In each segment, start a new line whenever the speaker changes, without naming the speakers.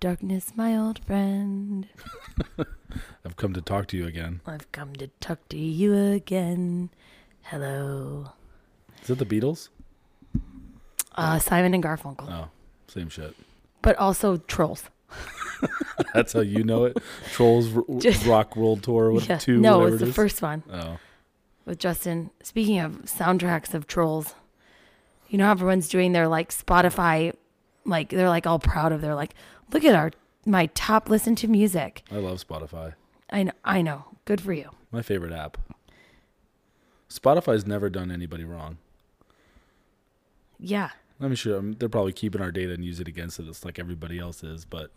darkness, my old friend.
I've come to talk to you again.
I've come to talk to you again. Hello.
Is it the Beatles?
Uh, Simon and Garfunkel,
Oh, same shit.
but also trolls.
That's how you know it. Trolls r-
Just-
Rock World Tour with
Yeah.
two.
no,
whatever
it's
it
the
is.
first one
Oh,
with Justin. Speaking of soundtracks of trolls, you know how everyone's doing their like Spotify, like they're like all proud of. They're like, look at our my top listen to music.
I love Spotify.
I know, I know. Good for you.
My favorite app. Spotify's never done anybody wrong.
Yeah,
I'm sure um, they're probably keeping our data and use it against us like everybody else is, but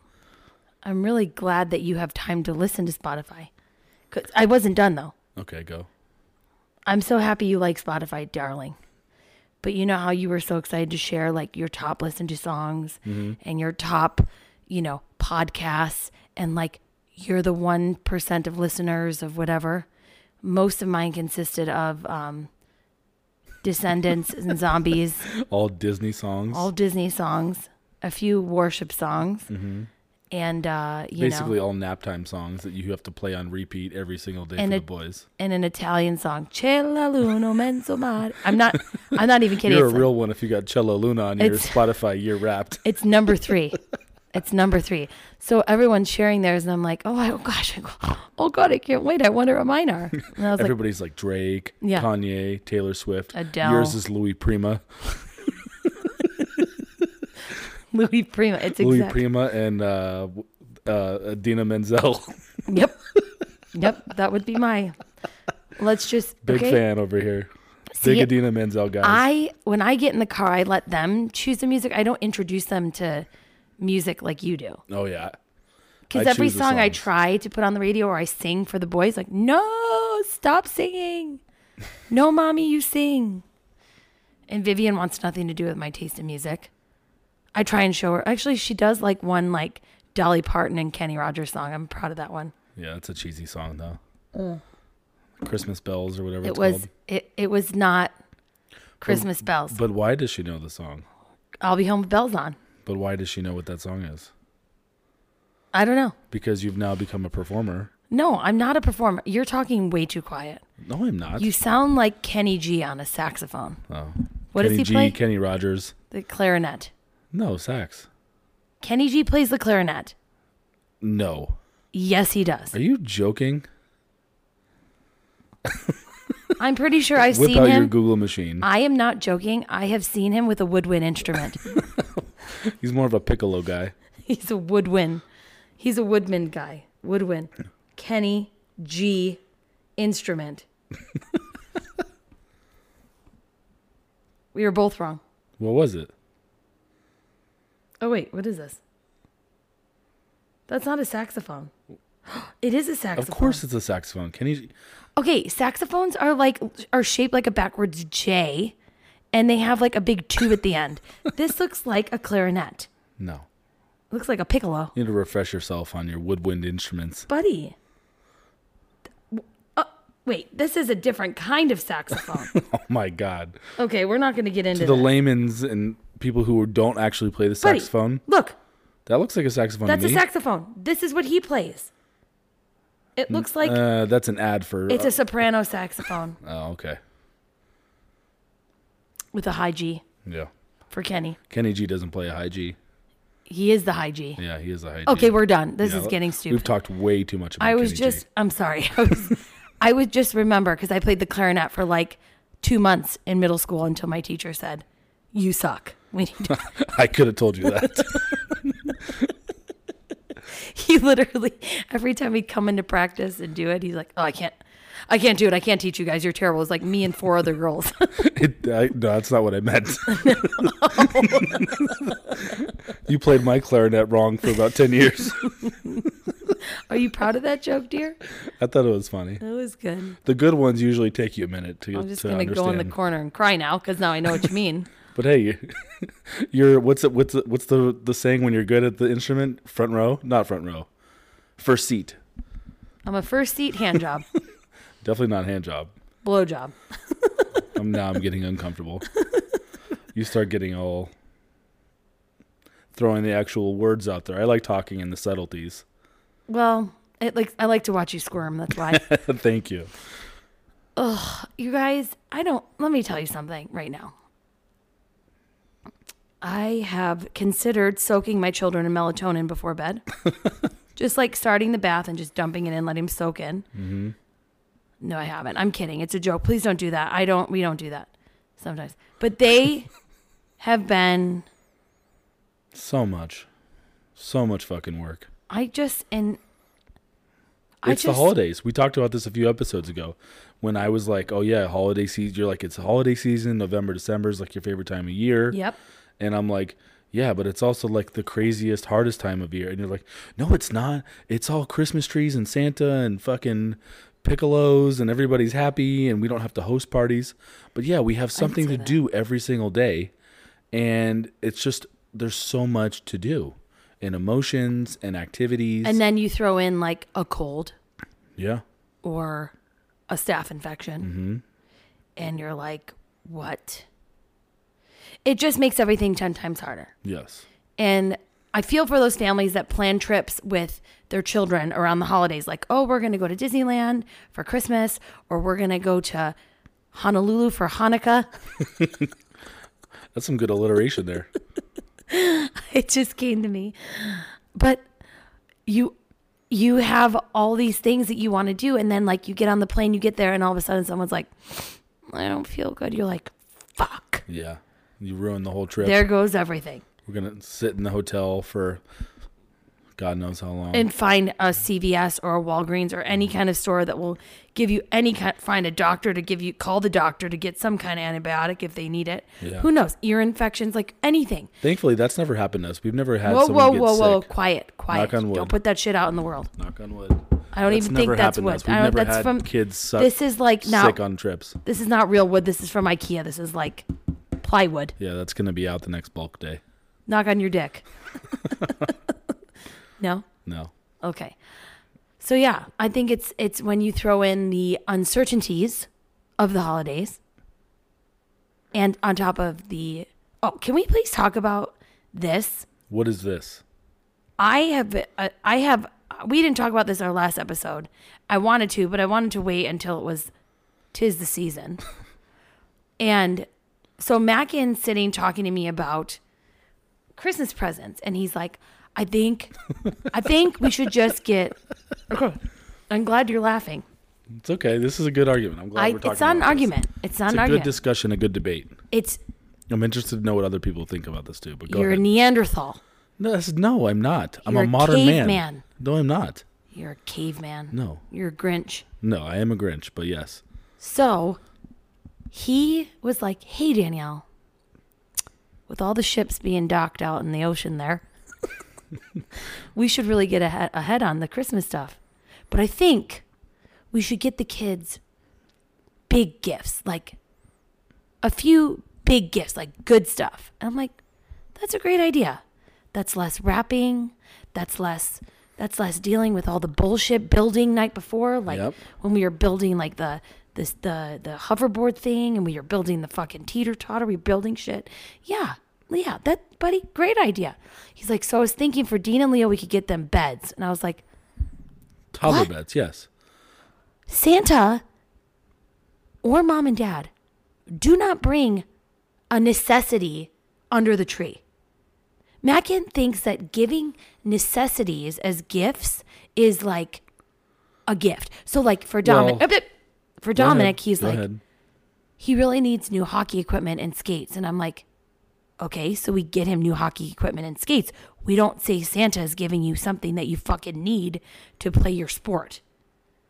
I'm really glad that you have time to listen to Spotify. 'Cause I wasn't done though.
okay, go.
I'm so happy you like Spotify, darling. But you know how you were so excited to share like your top listen to songs
Mm-hmm.
and your top, you know, podcasts and like you're the 1% of listeners of whatever. Most of mine consisted of um Descendants and Zombies,
All Disney songs.
all Disney songs, a few worship songs. And uh, you
Mm-hmm. basically
know,
all naptime songs that you have to play on repeat every single day
And
for
it-
the boys.
and an Italian song, "Ce la luna mezzo mare." I'm not, I'm not even kidding.
You're a
It's like-
real one if you got Cello Luna on your
It's-
Spotify year wrapped.
It's number three. it's number three. So everyone's sharing theirs, and I'm like, oh, I, oh gosh, I, oh god, I can't wait. I wonder what mine are. And I was like,
Everybody's like Drake,
Yeah.
Kanye, Taylor Swift.
Adele.
Yours is Louis Prima.
Louis Prima. It's exactly.
Louis Prima and uh, w- uh, Dina Menzel.
Yep. yep. That would be my. Let's just
Big
okay.
fan over here.
See,
Big Adina Menzel guys.
I when I get in the car, I let them choose the music. I don't introduce them to music like you do.
oh yeah.
Because
I
every
choose the
song I
songs.
try to put on the radio or I sing for the boys, like, no, stop singing. No, mommy, you sing. And Vivian wants nothing to do with my taste in music. I try and show her. Actually, she does like one like Dolly Parton and Kenny Rogers song. I'm proud of that one.
Yeah, it's a cheesy song though. Christmas bells or whatever
Mm. It
it's
was
called.
it, it was not Christmas bells.
But why does she know the song?
I'll be home with bells on.
But why does she know what that song is?
I don't know.
Because you've now become a performer.
No, I'm not a performer. You're talking way too quiet.
No, I'm not.
You sound like Kenny G on a saxophone,
oh.
What does
Kenny
he
G,
play?
Kenny Rogers.
the clarinet.
No, sax.
Kenny G plays the clarinet.
No.
Yes, he does.
Are you joking?
I'm pretty sure I've
Whip
seen
out
him.
your Google machine.
I am not joking. I have seen him with a woodwind instrument.
He's more of a piccolo guy.
He's a woodwind. He's a woodman guy. Woodwind. Kenny G instrument. we were both wrong.
What was it?
Oh wait, what is this? That's not a saxophone. It is a
Of
saxophone.
course it's a saxophone. Kenny G-
Okay, saxophones are like are shaped like a backwards J, and they have like a big tube at the end. this looks like a clarinet.
No.
Looks like a piccolo,
You need to refresh yourself on your woodwind instruments.
buddy. th- Uh, wait, this is a different kind of saxophone.
Oh my god.
okay, we're not going to get into
To the
that.
layman's and people who don't actually play the
Buddy,
saxophone.
Look,
That looks like a saxophone
that's
to
a
me.
saxophone. This is what he plays. It looks like
uh, that's an ad for.
it's a soprano saxophone
oh, okay.
with a high G
Yeah.
for Kenny.
Kenny G doesn't play a high G.
He is the high G.
Yeah, he is a high G.
Okay, we're done. This
Yeah,
is getting
We've
stupid.
talked way too much about
I was
Kenny
just,
G.
I'm sorry. I was, I would just remember because I played the clarinet for like two months in middle school until my teacher said, "You suck." We need to,
I could have told you that.
he literally every time he'd come into practice and do it, he's like, "Oh, I can't, I can't do it. I can't teach you guys. You're terrible." It's like me and four other girls.
It, I, no, that's not what I meant. you played my clarinet wrong for about 10 years.
Are you proud of that joke, dear?
I thought it was funny.
That was good.
The good ones usually take you a minute to,
I'm just
to
gonna
understand.
go in the corner and cry now because now I know what you mean.
but hey, you- you're what's it, what's it, what's the the saying when you're good at the instrument? Front row, not front row, first seat.
I'm a first seat hand job,
Definitely not hand job.
blow job.
I'm now I'm getting uncomfortable. you start getting all throwing the actual words out there. I like talking in the subtleties.
Well, it like I like to watch you squirm. That's why.
Thank you.
you guys, I don't. Let me tell you something right now. I have considered soaking my children in melatonin before bed, just like starting the bath and just dumping it in, letting them soak in.
Mm-hmm.
No, I haven't. I'm kidding. It's a joke. Please don't do that. I don't. We don't do that sometimes. But they have been.
So much. So much fucking work.
I just and. I
It's the holidays. We talked about this a few episodes ago when I was like, oh, yeah, holiday season. You're like, it's holiday season. November, December is like your favorite time of year.
Yep.
And I'm like, yeah, but it's also like the craziest, hardest time of year. And you're like, no, it's not. It's all Christmas trees and Santa and fucking piccolos and everybody's happy and we don't have to host parties. But yeah, we have something
say
to
that.
do every single day. And it's just, there's so much to do and emotions and activities.
And then you throw in like a cold.
yeah.
or a staph infection and you're like what it just makes everything 10 times harder
Yes.
and i feel for those families that plan trips with their children around the holidays like oh we're going to go to disneyland for christmas or we're going to go to honolulu for hanukkah
That's some good alliteration there.
it just came to me but you you have all these things that you want to do and then like you get on the plane you get there and all of a sudden someone's like i don't feel good you're like fuck
yeah. You ruined the whole trip.
there goes everything
We're going to sit in the hotel for God knows how long.
and find a cvs or a walgreens or any kind of store that will give you any kind find a doctor to give you call the doctor to get some kind of antibiotic if they need it
Yeah.
who knows ear infections like anything
Thankfully, that's never happened to us. We've never had
whoa
someone
whoa
get
whoa whoa
sick.
quiet quiet
Knock on wood.
don't put that shit out in the world
Knock on wood.
I don't
That's
even think
never
that's
happened to
wood.
us.
I
We've
don't-
never
that's
had
from-
kids suck,
this is like now
sick on trips.
This is not real wood. This is from IKEA. This is like plywood.
Yeah, that's gonna be out the next bulk day.
Knock on your dick. no?
No,
Okay. So yeah, I think it's it's when you throw in the uncertainties of the holidays. And on top of the Oh, can we please talk about this?
what is this?
I have uh, I have we didn't talk about this in our last episode. I wanted to, but I wanted to wait until it was tis the season. and so Mackin's sitting talking to me about Christmas presents and he's like, "I think I think we should just get Okay. I'm glad you're laughing.
It's okay. This is a good argument. I'm glad
I,
we're talking.
it's not an
about this.
argument. It's not an
It's a good
argument.
discussion, a good debate.
it's
I'm interested to know what other people think about this too. But go
you're
ahead.
a Neanderthal.
no, this is- no, I'm not. I'm
You're
a
a
modern man.
caveman.
No, I'm not.
You're a caveman.
No,
You're a Grinch.
no, I am a Grinch. But yes,
So he was like, Hey, Danielle, with all the ships being docked out in the ocean there, we should really get ahe- ahead on the Christmas stuff. But I think we should get the kids big gifts, like a few big gifts, like good stuff. And I'm like, That's a great idea. That's less wrapping. That's less. That's less dealing with all the bullshit building night before, like
Yep.
when we were building like the this the the hoverboard thing, and we were building the fucking teeter totter. We were building shit. Yeah, yeah, that buddy, great idea. He's like, so I was thinking for Dean and Leo, we could get them beds, and I was like,
toddler
What?
beds. Yes,
Santa or mom and dad, do not bring a necessity under the tree. Mackin thinks that giving necessities as gifts is like a gift. So, like for Dominic,
Well,
for
Go ahead.
Dominic, he's
Go
like,
ahead.
he really needs new hockey equipment and skates. And I'm like, okay, so we get him new hockey equipment and skates. We don't say Santa is giving you something that you fucking need to play your sport.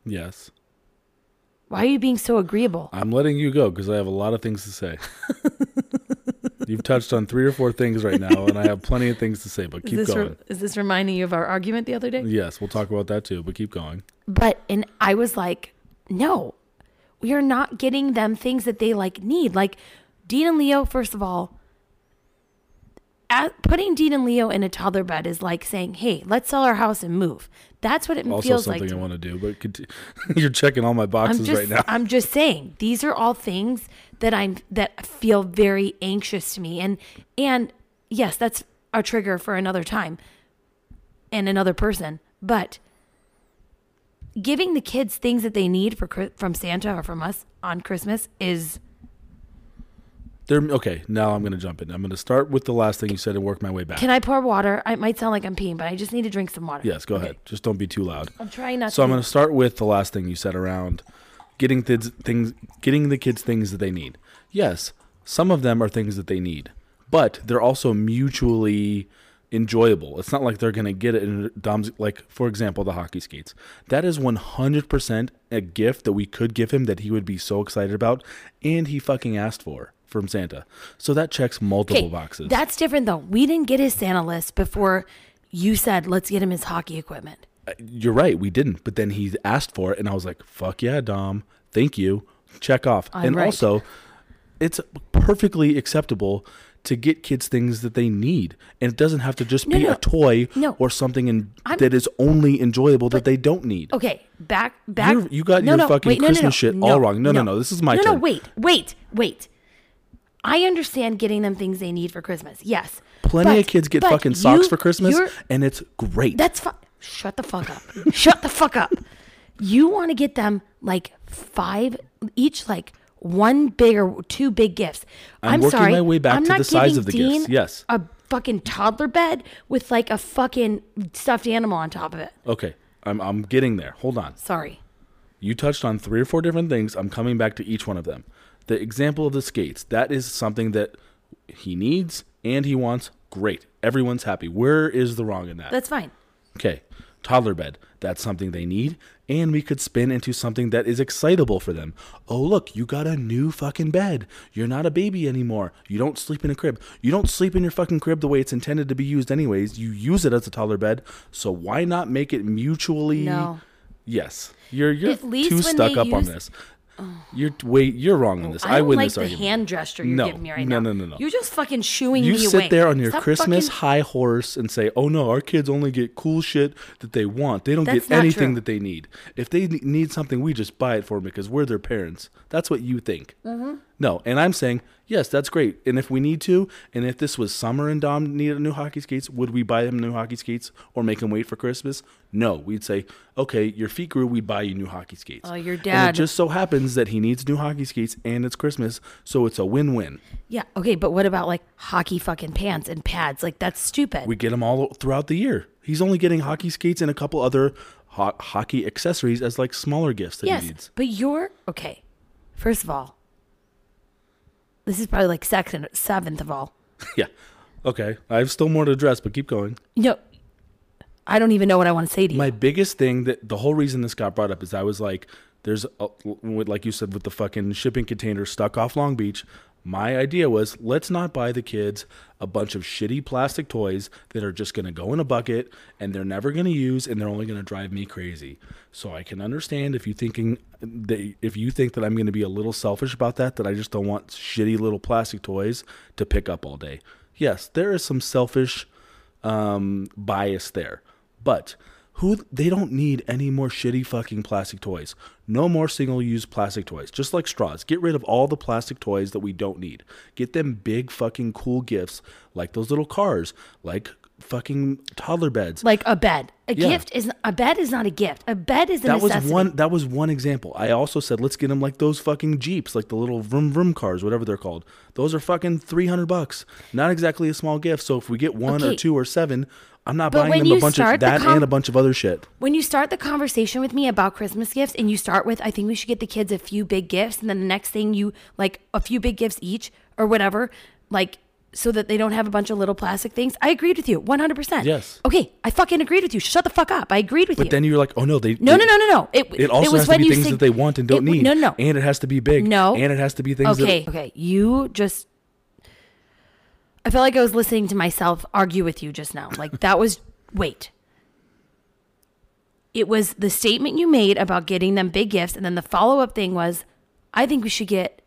yes.
Why are you being so agreeable?
I'm letting you go because I have a lot of things to say. You've touched on three or four things right now, and I have plenty of things to say, but keep
is this,
going.
re- is this reminding you of our argument the other day?
yes, we'll talk about that too, but keep going.
But and I was like, no, we are not getting them things that they like need. Like Dean and Leo, first of all, at, putting Dean and Leo in a toddler bed is like saying, hey, let's sell our house and move. That's what it
Also,
feels like.
something
to
I
me.
want to do, but conti- you're checking all my
I'm
boxes
just,
right now.
I'm just saying, these are all things that I'm that feel very anxious to me, and and yes, that's a trigger for another time and another person, but giving the kids things that they need for Chri- from Santa or from us on Christmas is
There. Okay. Now I'm gonna jump in. I'm gonna start with the last thing you said and work my way back.
Can I pour water? I- It might sound like I'm peeing, but I just need to drink some water.
yes. Go
Okay.
ahead. Just don't be too loud.
I'm trying not
So
to.
I'm going to start with the last thing you said around getting kids things, getting the kids things that they need. Yes, some of them are things that they need, but they're also mutually enjoyable. It's not like they're going to get it in Dom's like for example the hockey skates. That is 100% a gift that we could give him that he would be so excited about and he fucking asked for from Santa. So that checks multiple boxes.
That's different though. We didn't get his Santa list before you said let's get him his hockey equipment.
you're right, we didn't. But then he asked for it, and I was like, "Fuck yeah, Dom! Thank you. Check off."
I'm
and
right.
also, it's perfectly acceptable to get kids things that they need, and it doesn't have to just
No,
be
no,
a toy
no.
or something in,
I'm- Oh,
that is only enjoyable that they don't need.
Okay, back back.
You're- you got your fucking Christmas shit all wrong. No, no, no, this is my
no, No,
turn.
wait, wait, wait. I understand getting them things they need for Christmas. Yes,
Plenty of
But-
kids get
but
fucking socks
you-
for Christmas,
you're-
and it's great.
That's fine. Shut the fuck up. Shut the fuck up. You want to get them like five each, like one big or two big gifts. I'm,
working
sorry.
my way back
I'm
to
not
the size
giving
of the
Dean
gifts. Yes.
A fucking toddler bed with like a fucking stuffed animal on top of it.
okay, I'm I'm getting there. Hold on.
Sorry.
You touched on three or four different things. I'm coming back to each one of them. The example of the skates, that is something that he needs and he wants. Great. Everyone's happy. Where is the wrong in that?
That's fine.
okay. Toddler bed, that's something they need. And we could spin into something that is excitable for them. Oh, look, you got a new fucking bed. You're not a baby anymore. You don't sleep in a crib. You don't sleep in your fucking crib the way it's intended to be used, anyways. You use it as a toddler bed. So why not make it mutually.
No.
Yes, you're you're
At least
too
when
stuck
they
up on
use- Oh,
this. You're wait, you're wrong on this. I,
I, don't
win
like
this
the
argument.
hand gesture you're
No,
giving me right
no,
now.
no, no, no.
You're just fucking shooing
you
me
sit
away.
there on your
Stop
Christmas
fucking-
high horse and say, "Oh no, our kids only get cool shit that they want. They don't
That's
get
not
anything
true.
that they need. If they ne- need something, we just buy it for them because we're their parents." That's what you think.
Mm-hmm.
No, and I'm saying yes, that's great. And if we need to, and if this was summer and Dom needed new hockey skates, would we buy him new hockey skates or make him wait for Christmas? No, we'd say, "Okay, your feet grew. We buy you new hockey skates."
Oh, your
And it
dad-
just so happens that he needs new hockey skates and it's Christmas, so it's a win-win.
Yeah. Okay. But what about like hockey fucking pants and pads? Like that's stupid.
We get him all throughout the year. He's only getting hockey skates and a couple other ho- hockey accessories as like smaller gifts that
Yes,
he needs.
but you're okay. First of all, this is probably like second, seventh of all.
yeah. Okay. I have still more to address, but keep going.
No, I don't even know what I want to say to you.
My biggest thing that the whole reason this got brought up is I was like, there's, a, with- like you said, with the fucking shipping container stuck off Long Beach. My idea was let's not buy the kids a bunch of shitty plastic toys that are just going to go in a bucket and they're never going to use and they're only going to drive me crazy. So I can understand if you thinking that if you think that I'm going to be a little selfish about that that I just don't want shitty little plastic toys to pick up all day. Yes, there is some selfish um, bias there. But who they don't need any more shitty fucking plastic toys. No more single-use plastic toys. Just like straws. Get rid of all the plastic toys that we don't need. Get them big fucking cool gifts like those little cars, like fucking toddler beds.
like a bed, a
Yeah.
gift is a bed is not a gift. A bed is a
that was
necessity.
one that was one example. I also said let's get them like those fucking Jeeps, like the little vroom vroom cars, whatever they're called. Those are fucking 300 bucks. Not exactly a small gift. So if we get one or
Okay.
two or seven, I'm not
But
buying
when
them a
you
bunch of
start the
that
com-
and a bunch of other shit.
When you start the conversation with me about Christmas gifts, and you start with, I think we should get the kids a few big gifts, and then the next thing you like a few big gifts each or whatever, like so that they don't have a bunch of little plastic things. I agreed with you, one hundred percent.
Yes.
Okay, I fucking agreed with you. Shut the fuck up. I agreed with you.
But then you're like, oh no, they
No,
they-
no, no, no, no. It,
It also
was
has to
when
be
you
things
sing-
that they want and don't
it-
need.
No, no, no.
And it has to be big.
No.
And it has to be things
Okay,
that
okay. You just. I felt like I was listening to myself argue with you just now. Like that was wait. It was the statement you made about getting them big gifts, and then the follow up thing was, I think we should get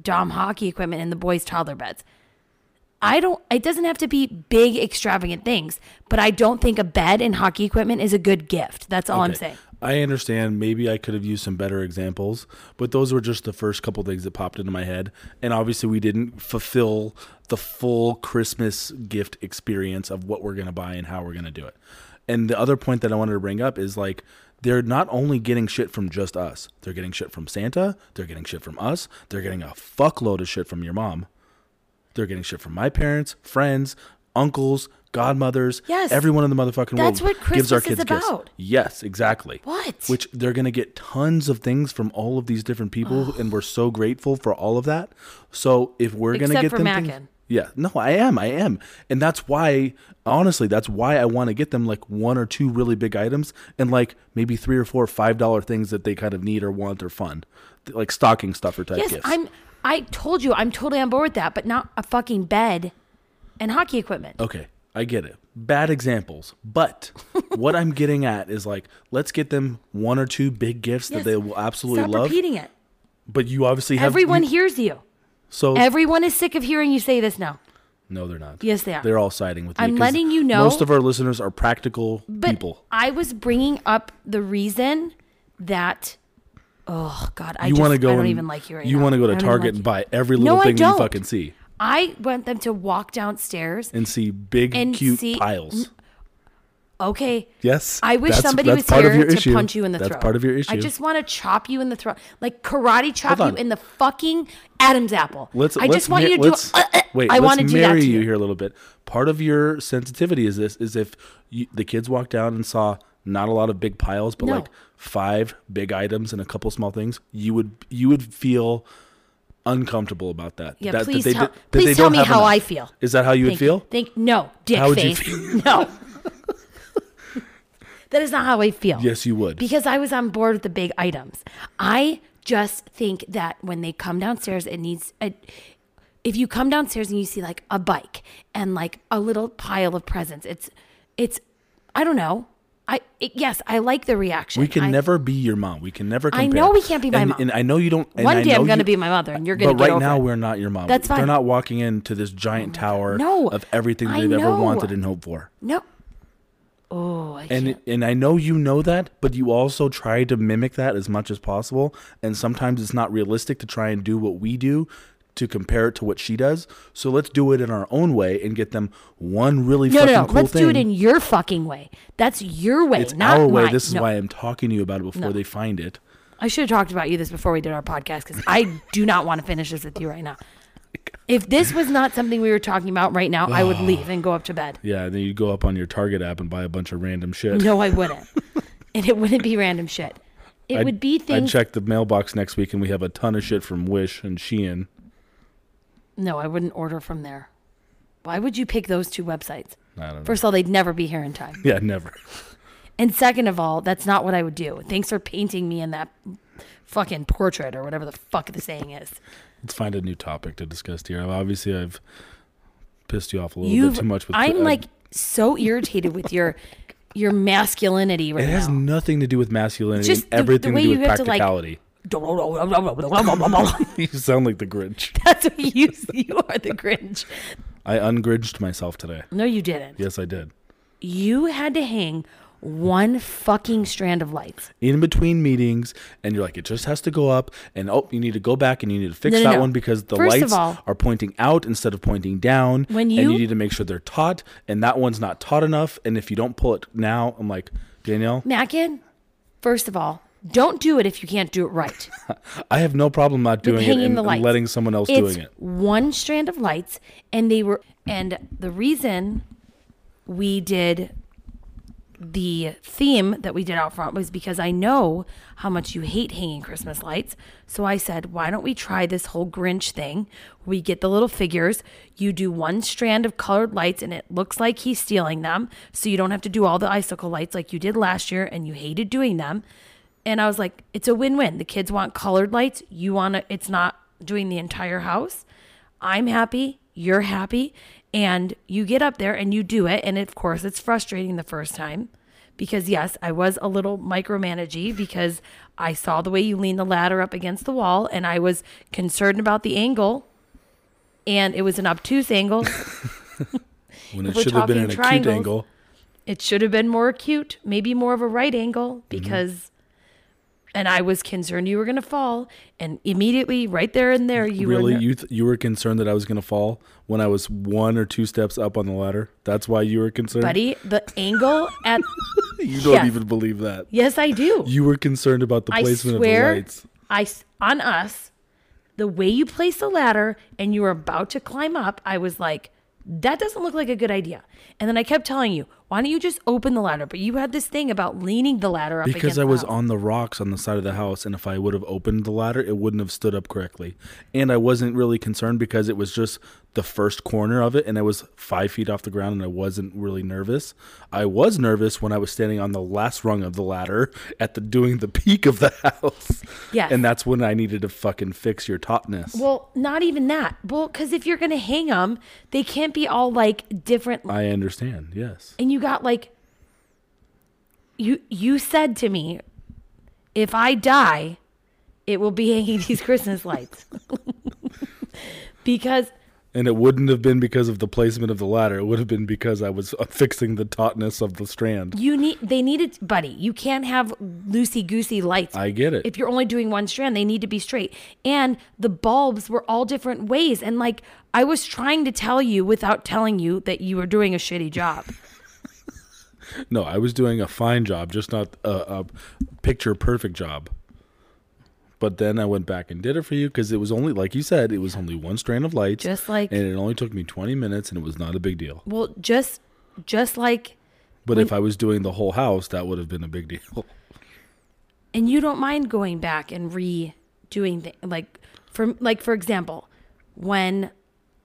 Dom hockey equipment and the boys' toddler beds. I don't. It doesn't have to be big, extravagant things, but I don't think a bed and hockey equipment is a good gift. That's all I'm
Okay.
saying.
I understand maybe I could have used some better examples, but those were just the first couple things that popped into my head. And obviously, we didn't fulfill the full Christmas gift experience of what we're going to buy and how we're going to do it. And the other point that I wanted to bring up is like, they're not only getting shit from just us, they're getting shit from Santa, they're getting shit from us, they're getting a fuckload of shit from your mom. They're getting shit from my parents, friends, uncles, godmothers,
Yes.
everyone in the motherfucking
That's
world
what
gives our
Christmas
kids
is
gifts.
about.
Yes, exactly.
What?
Which they're going to get tons of things from all of these different people, and we're so grateful for all of that. So if we're going to
Except
get
for
them
Mackin.
things, yeah, no, I am, I am, and that's why, honestly, that's why I want to get them like one or two really big items, and like maybe three or four five dollar things that they kind of need or want or fun, like stocking stuffer type
Yes,
gifts.
I'm. I told you I'm totally on board with that, but not a fucking bed and hockey equipment.
Okay, I get it. Bad examples, but what I'm getting at is like, let's get them one or two big gifts
Yes.
that they will absolutely
Stop
love.
repeating it.
But you obviously have
Everyone
You,
hears you.
so
Everyone is sick of hearing you say this now.
no, they're not.
Yes, they are.
They're all siding with me.
I'm
'cause
letting you know-
Most of our listeners are practical
But
people.
I was bringing up the reason that. Oh God, I
You
just-
want to go?
I don't
and-
even like you right
You
now.
want to go
I
to
don't even
Target
like
and
you.
buy every
No,
little
I
thing that
don't.
you fucking see
I want them to walk downstairs.
and see big
And
cute
see-
piles.
Okay.
Yes,
I wish
that's-
somebody
that's
was
part of
here
your
to
issue.
punch you in the
That's
throat.
part of your
I
issue.
just want to chop you in the throat, like karate chop
Hold
you
on.
in the fucking Adam's apple.
Let's.
I
let's
just want
ma-
you to
let's,
do. Uh, uh,
wait.
I
let's
want to do that
marry
to
you
you.
here a little bit. Part of your sensitivity is this: is if you, the kids walked down and saw not a lot of big piles, but
No.
like five big items and a couple small things, you would you would feel uncomfortable about that.
Yeah,
that,
please
that they
tell-
did- that they
please tell
don't
me
have
how
enough.
I feel.
Is that how you would
Think-
feel?
Think no, dick
How would you
face. No, that is not how I feel.
Yes, you would.
because I was on board with the big items. I just think that when they come downstairs, it needs a. If you come downstairs and you see like a bike and like a little pile of presents, it's, it's, I don't know. I it, yes, I like the reaction.
we can
I-
never be your mom. We can never.
I
Compare.
know we can't be my
and,
mom.
And I know you don't. and
One
I
day I'm
know
going to be
you-
my mother, and you're going to
but
get
right
over
now
it.
we're not your mom.
That's
They're
fine.
not walking into this giant tower
No.
of everything
I
they've ever
know.
wanted and hoped for.
No. Oh, I
And
can't.
and I know you know that, but you also try to mimic that as much as possible. And sometimes it's not realistic to try and do what we do to compare it to what she does. So let's do it in our own way and get them one really
No, no,
fucking
no.
cool
Let's
thing.
do it in your fucking way. That's your way,
it's
not
our way.
mine.
This is
No.
why I'm talking to you about it before they find it.
I should have talked about you this before we did our podcast because I do not want to finish this with you right now. If this was not something we were talking about right now, I would leave and go up to bed.
Yeah, then you go up on your Target app and buy a bunch of random shit.
No, I wouldn't. and it wouldn't be random shit. It
I'd-
would be
I'd
things.
check the mailbox next week and we have a ton of shit from Wish and Shein.
no, I wouldn't order from there. Why would you pick those two websites?
I don't know.
First of all, they'd never be here in time.
yeah, never.
And second of all, that's not what I would do. Thanks for painting me in that fucking portrait or whatever the fuck the saying is.
Let's find a new topic to discuss here. Obviously, I've pissed you off a little
You've
bit too much. With uh,
I'm
I-
like so irritated with your your masculinity right
it has
now.
nothing to do with masculinity.
Just
and
the- the
everything
way
to do
you
with
have to, like-
practicality.
That's
you sound like the Grinch.
what you you are the Grinch.
I ungringed myself today.
No, you didn't.
Yes, I did.
You had to hang one fucking strand of lights.
In between meetings, and you're like, it just has to go up, and oh, you need to go back and you need to fix
No, no,
that
no.
one because the
First of
lights
all-
are pointing out instead of pointing down.
When
and
you-
you need to make sure they're taut, and that one's not taut enough. And if you don't pull it now, I'm like, Danielle,
Mackin, first of all, don't do it if you can't do it right.
I have no problem not doing it
hanging
and,
the
and
lights.
letting someone else
it's
doing it.
one strand of lights and they were and the reason we did the theme that we did out front was because I know how much you hate hanging Christmas lights. So I said, why don't we try this whole Grinch thing? We get the little figures, you do one strand of colored lights, and it looks like he's stealing them. So you don't have to do all the icicle lights like you did last year, and you hated doing them. And I was like, it's a win win. The kids want colored lights. You want to, it's not doing the entire house. I'm happy, you're happy, and you get up there and you do it. And of course, it's frustrating the first time because, yes, I was a little micromanagey because I saw the way you leaned the ladder up against the wall and I was concerned about the angle. And it was an obtuse angle.
When it
we're
should have
talking
been an acute
triangles,
angle. Mm-hmm.
it should have been more acute, maybe more of a right angle because And I was concerned you were going to fall. And immediately, right there and there, you
really,
were.
you th- you were concerned that I was gonna fall when I was one or two steps up on the ladder. That's why you were concerned.
buddy, the angle at.
you don't
yeah.
even believe that.
Yes, I do.
You were concerned about the
I
placement of the
swear,
lights.
I s on us, the way you placed the ladder and you were about to climb up, I was like, that doesn't look like a good idea. And then I kept telling you, why don't you just open the ladder? But you had this thing about leaning the ladder up
Because
against
I
the
was
house.
on the rocks on the side of the house, and if I would have opened the ladder, it wouldn't have stood up correctly. And I wasn't really concerned because it was just the first corner of it, and I was five feet off the ground, and I wasn't really nervous. I was nervous when I was standing on the last rung of the ladder at the doing the peak of the house.
Yes.
and that's when I needed to fucking fix your tautness.
Well, not even that. Well, because if you're gonna hang them, they can't be all like different.
I understand. Yes.
And you got like, you you said to me, if I die, it will be hanging these Christmas lights, because
And it wouldn't have been because of the placement of the ladder. It would have been because I was uh, fixing the tautness of the strand.
you need they needed buddy. You can't have loosey goosey lights.
I get it.
if you're only doing one strand, they need to be straight. And the bulbs were all different ways. And like I was trying to tell you without telling you that you were doing a shitty job.
No, I was doing a fine job, just not a, a picture perfect job. But then I went back and did it for you because it was only, like you said, it was only one strand of lights.
Just like-
And it only took me 20 minutes and it was not a big deal.
Well, just just like
But if I was doing the whole house, that would have been a big deal.
and you don't mind going back and redoing things like for like for example, when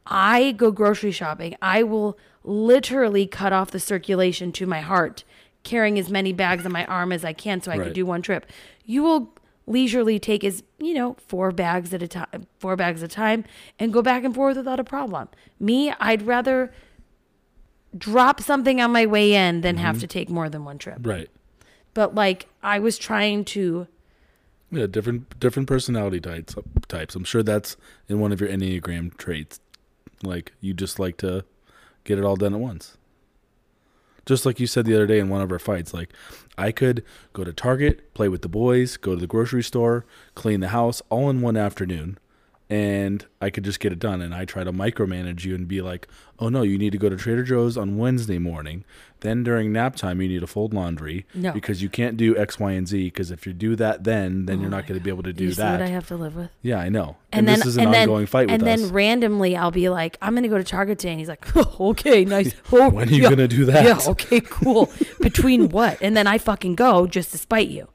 I go grocery shopping, I will literally cut off the circulation to my heart, carrying as many bags on my arm as I can so I
Right.
could do one trip. You will leisurely take as you know four bags at a time four bags at a time and go back and forth without a problem me i'd rather drop something on my way in than have to take more than one trip
right.
but like I was trying to
Yeah, different different personality types. Types. I'm sure that's in one of your enneagram traits. Like you just like to get it all done at once. Just like you said the other day in one of our fights, like I could go to Target, play with the boys, go to the grocery store, clean the house, all in one afternoon, and I could just get it done. And I try to micromanage you and be like, "Oh no, you need to go to Trader Joe's on Wednesday morning. Then during nap time, you need to fold laundry
No.
because you can't do X, Y, and Z. Because if you do that, then then you're not going to be able to do
you see
that.
what I have to live with.
yeah, I know.
And,
And,
then
this is an
and
ongoing
then,
fight with
and
us.
then randomly I'll be like, I'm gonna go to Target today, and he's like, okay, nice. Oh,
When are you
yeah,
gonna do that?
Yeah, okay, cool. Between what? And then I fucking go just to spite you.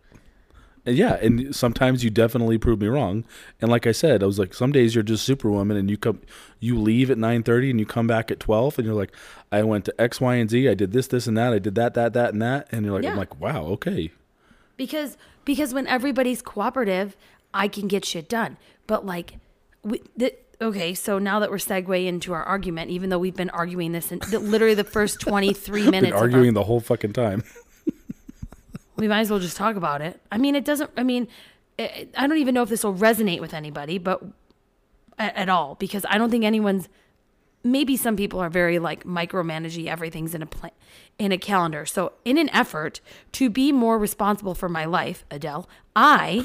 And yeah, and sometimes you definitely prove me wrong. And like I said, I was like, some days you're just superwoman, and you come, you leave at nine thirty, and you come back at twelve, and you're like, I went to X, Y, and Z. I did this, this, and that. I did that, that, that, and that. And you're like,
Yeah.
I'm like, wow, okay.
because because when everybody's cooperative i can get shit done but like we, the, okay so now that we're segue into our argument even though we've been arguing this in the, literally the first 23 minutes
Been
of our-
arguing the whole fucking time.
we might as well just talk about it i mean it doesn't i mean i i don't even know if this will resonate with anybody but at, at all because i don't think anyone's maybe some people are very like micromanaging everything's in a plan in a calendar so in an effort to be more responsible for my life adele i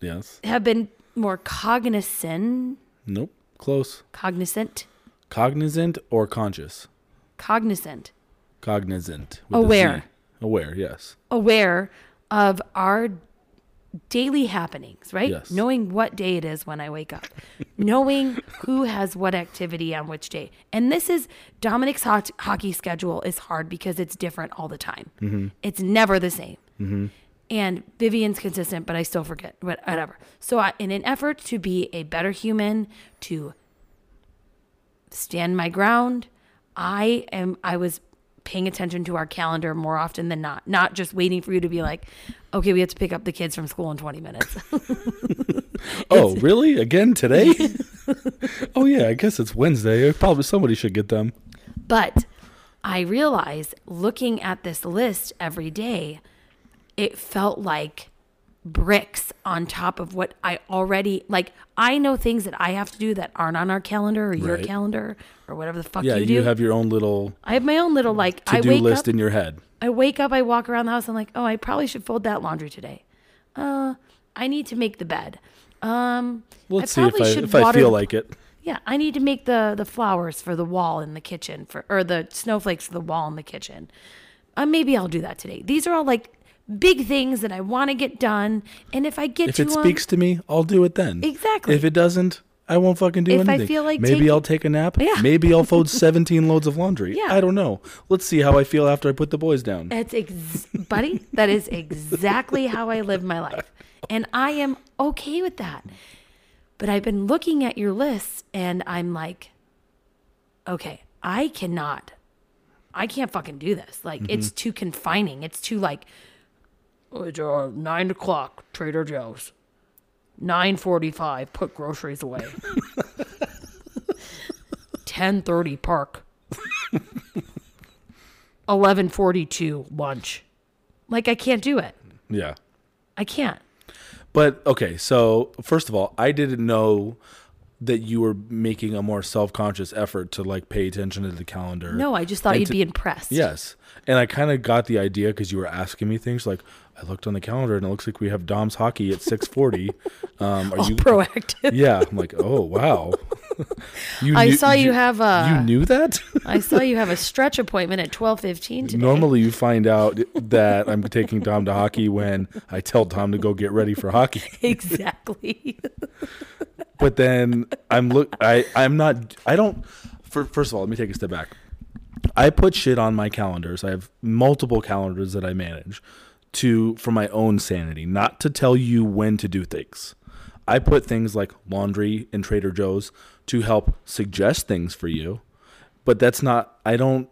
Yes.
have been more cognizant,
Nope. Close.
cognizant,
Cognizant or conscious.
cognizant,
Cognizant. with a Z.
Aware.
Aware. Yes.
aware of our daily happenings, right?
Yes.
Knowing what day it is when I wake up, knowing who has what activity on which day. And this is Dominic's hot, hockey schedule is hard because it's different all the time. It's never the same. And Vivian's consistent, but I still forget, but whatever. So, I, in an effort to be a better human, to stand my ground. I am I was paying attention to our calendar more often than not, not just waiting for you to be like, okay, we have to pick up the kids from school in 20 minutes.
Oh, really? Again today? oh yeah. I guess it's Wednesday. Probably somebody should get them.
but I realized looking at this list every day, it felt like bricks on top of what I already like. I know things that I have to do that aren't on our calendar or your
Right.
calendar or whatever the fuck
Yeah.
you
You,
do.
have your own little
I have my own little like I
to-do
wake
list
up
in your head.
I wake up, I walk around the house, I'm like, oh, I probably should fold that laundry today. uh, I need to make the bed. Um,
Let's
I
see if
probably
I
should
if I
water
feel
the-
like it.
yeah, I need to make the the flowers for the wall in the kitchen for or the snowflakes for the wall in the kitchen. Uh, maybe I'll do that today. These are all like big things that I want to get done, and if I get
If
to
it
'em-
speaks to me, I'll do it
um,
then.
Exactly.
If it doesn't, I won't fucking do
If I
anything.
feel like
maybe
taking-
I'll take a nap.
Yeah.
Maybe I'll fold 17 loads of laundry.
Yeah.
I don't know. Let's see how I feel after I put the boys down.
That's ex- buddy. That is exactly how I live my life, and I am okay with that. But I've been looking at your list, and I'm like, okay, I cannot, I can't fucking do this. Like, it's too confining. It's too like, it's uh, nine o'clock, Trader Joe's, nine forty-five, put groceries away, ten thirty, park. 1142 lunch. Like I can't do it.
Yeah.
I can't.
But okay, so first of all, I didn't know that you were making a more self-conscious effort to like pay attention to the calendar.
No, I just thought
And
you'd
to-
be impressed.
Yes. And I kind of got the idea because you were asking me things like, I looked on the calendar and it looks like we have Dom's hockey at 640. um,
Oh,
are you?
Proactive.
yeah. I'm like, oh, wow. you
I
knew-
saw you have a-
You knew that?
I saw you have a stretch appointment at 12:15 today.
Normally you find out that I'm taking Dom to hockey when I tell Dom to go get ready for hockey.
Exactly.
but then I'm look I I'm not I don't for, first of all let me take a step back. I put shit on my calendars. I have multiple calendars that I manage to for my own sanity, not to tell you when to do things. I put things like laundry and Trader Joe's to help suggest things for you, but that's not I don't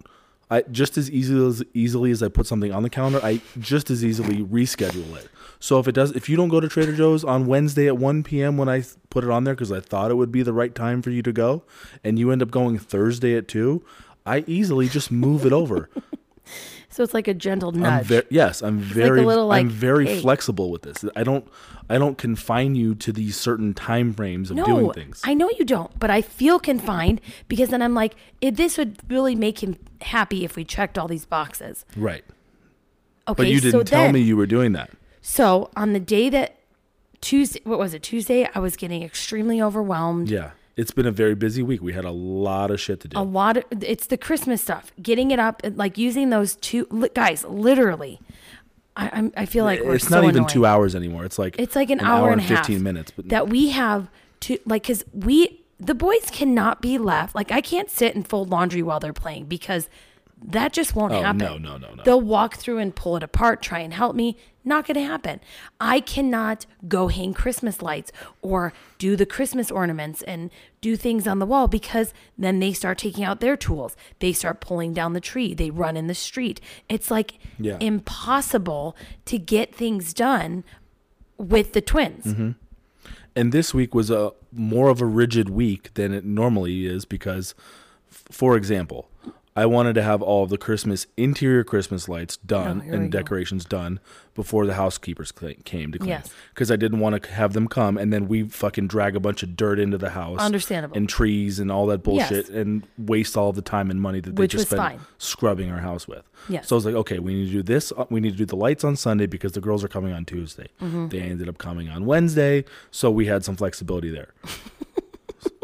I just as easily as easily as I put something on the calendar, I just as easily reschedule it. So if it does if you don't go to Trader Joe's on Wednesday at 1 p.m. when I th- put it on there cuz I thought it would be the right time for you to go and you end up going Thursday at 2, I easily just move it over.
So it's like a gentle
I'm
nudge.
very yes, I'm very
little,
I'm
like,
very
hey.
flexible with this. I don't I don't confine you to these certain time frames of doing
no,
things.
I know you don't, but I feel confined because then I'm like, if this would really make him happy if we checked all these boxes.
right.
Okay,
But you
so
didn't tell
then,
me you were doing that.
So on the day that Tuesday, what was it? Tuesday, I was getting extremely overwhelmed.
Yeah. It's been a very busy week. We had a lot of shit to do.
a lot of it's the christmas stuff getting it up like using those two li- guys literally i I'm, i feel like we're
it's not
so
even
annoying.
two hours anymore. It's like
it's like an, hour, and a half
15 minutes. But
that we have to like because we the boys cannot be left like i can't sit and fold laundry while they're playing because that just won't
oh,
happen
no, no, no, no.
They'll walk through and pull it apart, try and help me. Not going to happen. I cannot go hang Christmas lights or do the Christmas ornaments and do things on the wall because then they start taking out their tools. They start pulling down the tree. They run in the street. It's like
Yeah.
impossible to get things done with the twins.
Mm-hmm. and this week was a more of a rigid week than it normally is because, f- for example, I wanted to have all of the Christmas interior Christmas lights done
Oh, here we
and
go.
decorations done before the housekeepers cl- came to clean
Yes.
because I didn't want to have them come and then we fucking drag a bunch of dirt into the house,
Understandable.
and trees and all that bullshit
Yes.
and waste all the time and money that they
Which
just
was
spent
fine.
scrubbing our house with.
Yes.
So I was like, okay, we need to do this. uh, We need to do the lights on Sunday because the girls are coming on Tuesday.
Mm-hmm.
They ended up coming on Wednesday, so we had some flexibility there.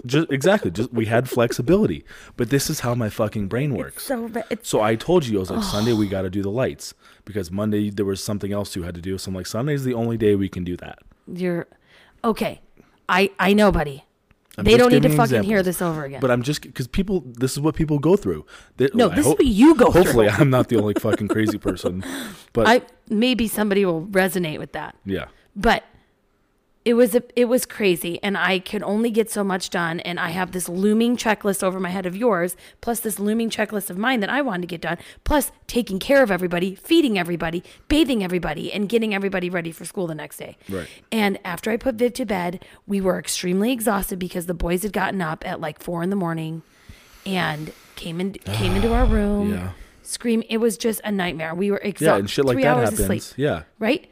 just exactly, just we had flexibility. But this is how my fucking brain works.
So but it's
So I told you I was like Sunday we got to do the lights because Monday there was something else you had to do. So I'm like Sunday's the only day we can do that.
you're okay. I I know, buddy.
I'm
they
just
don't need to
giving
fucking hear
examples.
this over again.
But I'm just because people. This is what people go through. They-
No,
I
this is
hope-
what you go through.
Hopefully, I'm not the only fucking crazy person. But
I maybe somebody will resonate with that.
yeah,
but it was a, it was crazy and i could only get so much done and i have this looming checklist over my head of yours plus this looming checklist of mine that i wanted to get done plus taking care of everybody feeding everybody bathing everybody and getting everybody ready for school the next day
Right.
and after i put viv to bed we were extremely exhausted because the boys had gotten up at like four in the morning and came in came into our room
Yeah.
scream it was just a nightmare we were exhausted
yeah, and shit like
three
that
hours
happens.
of sleep
Yeah,
right?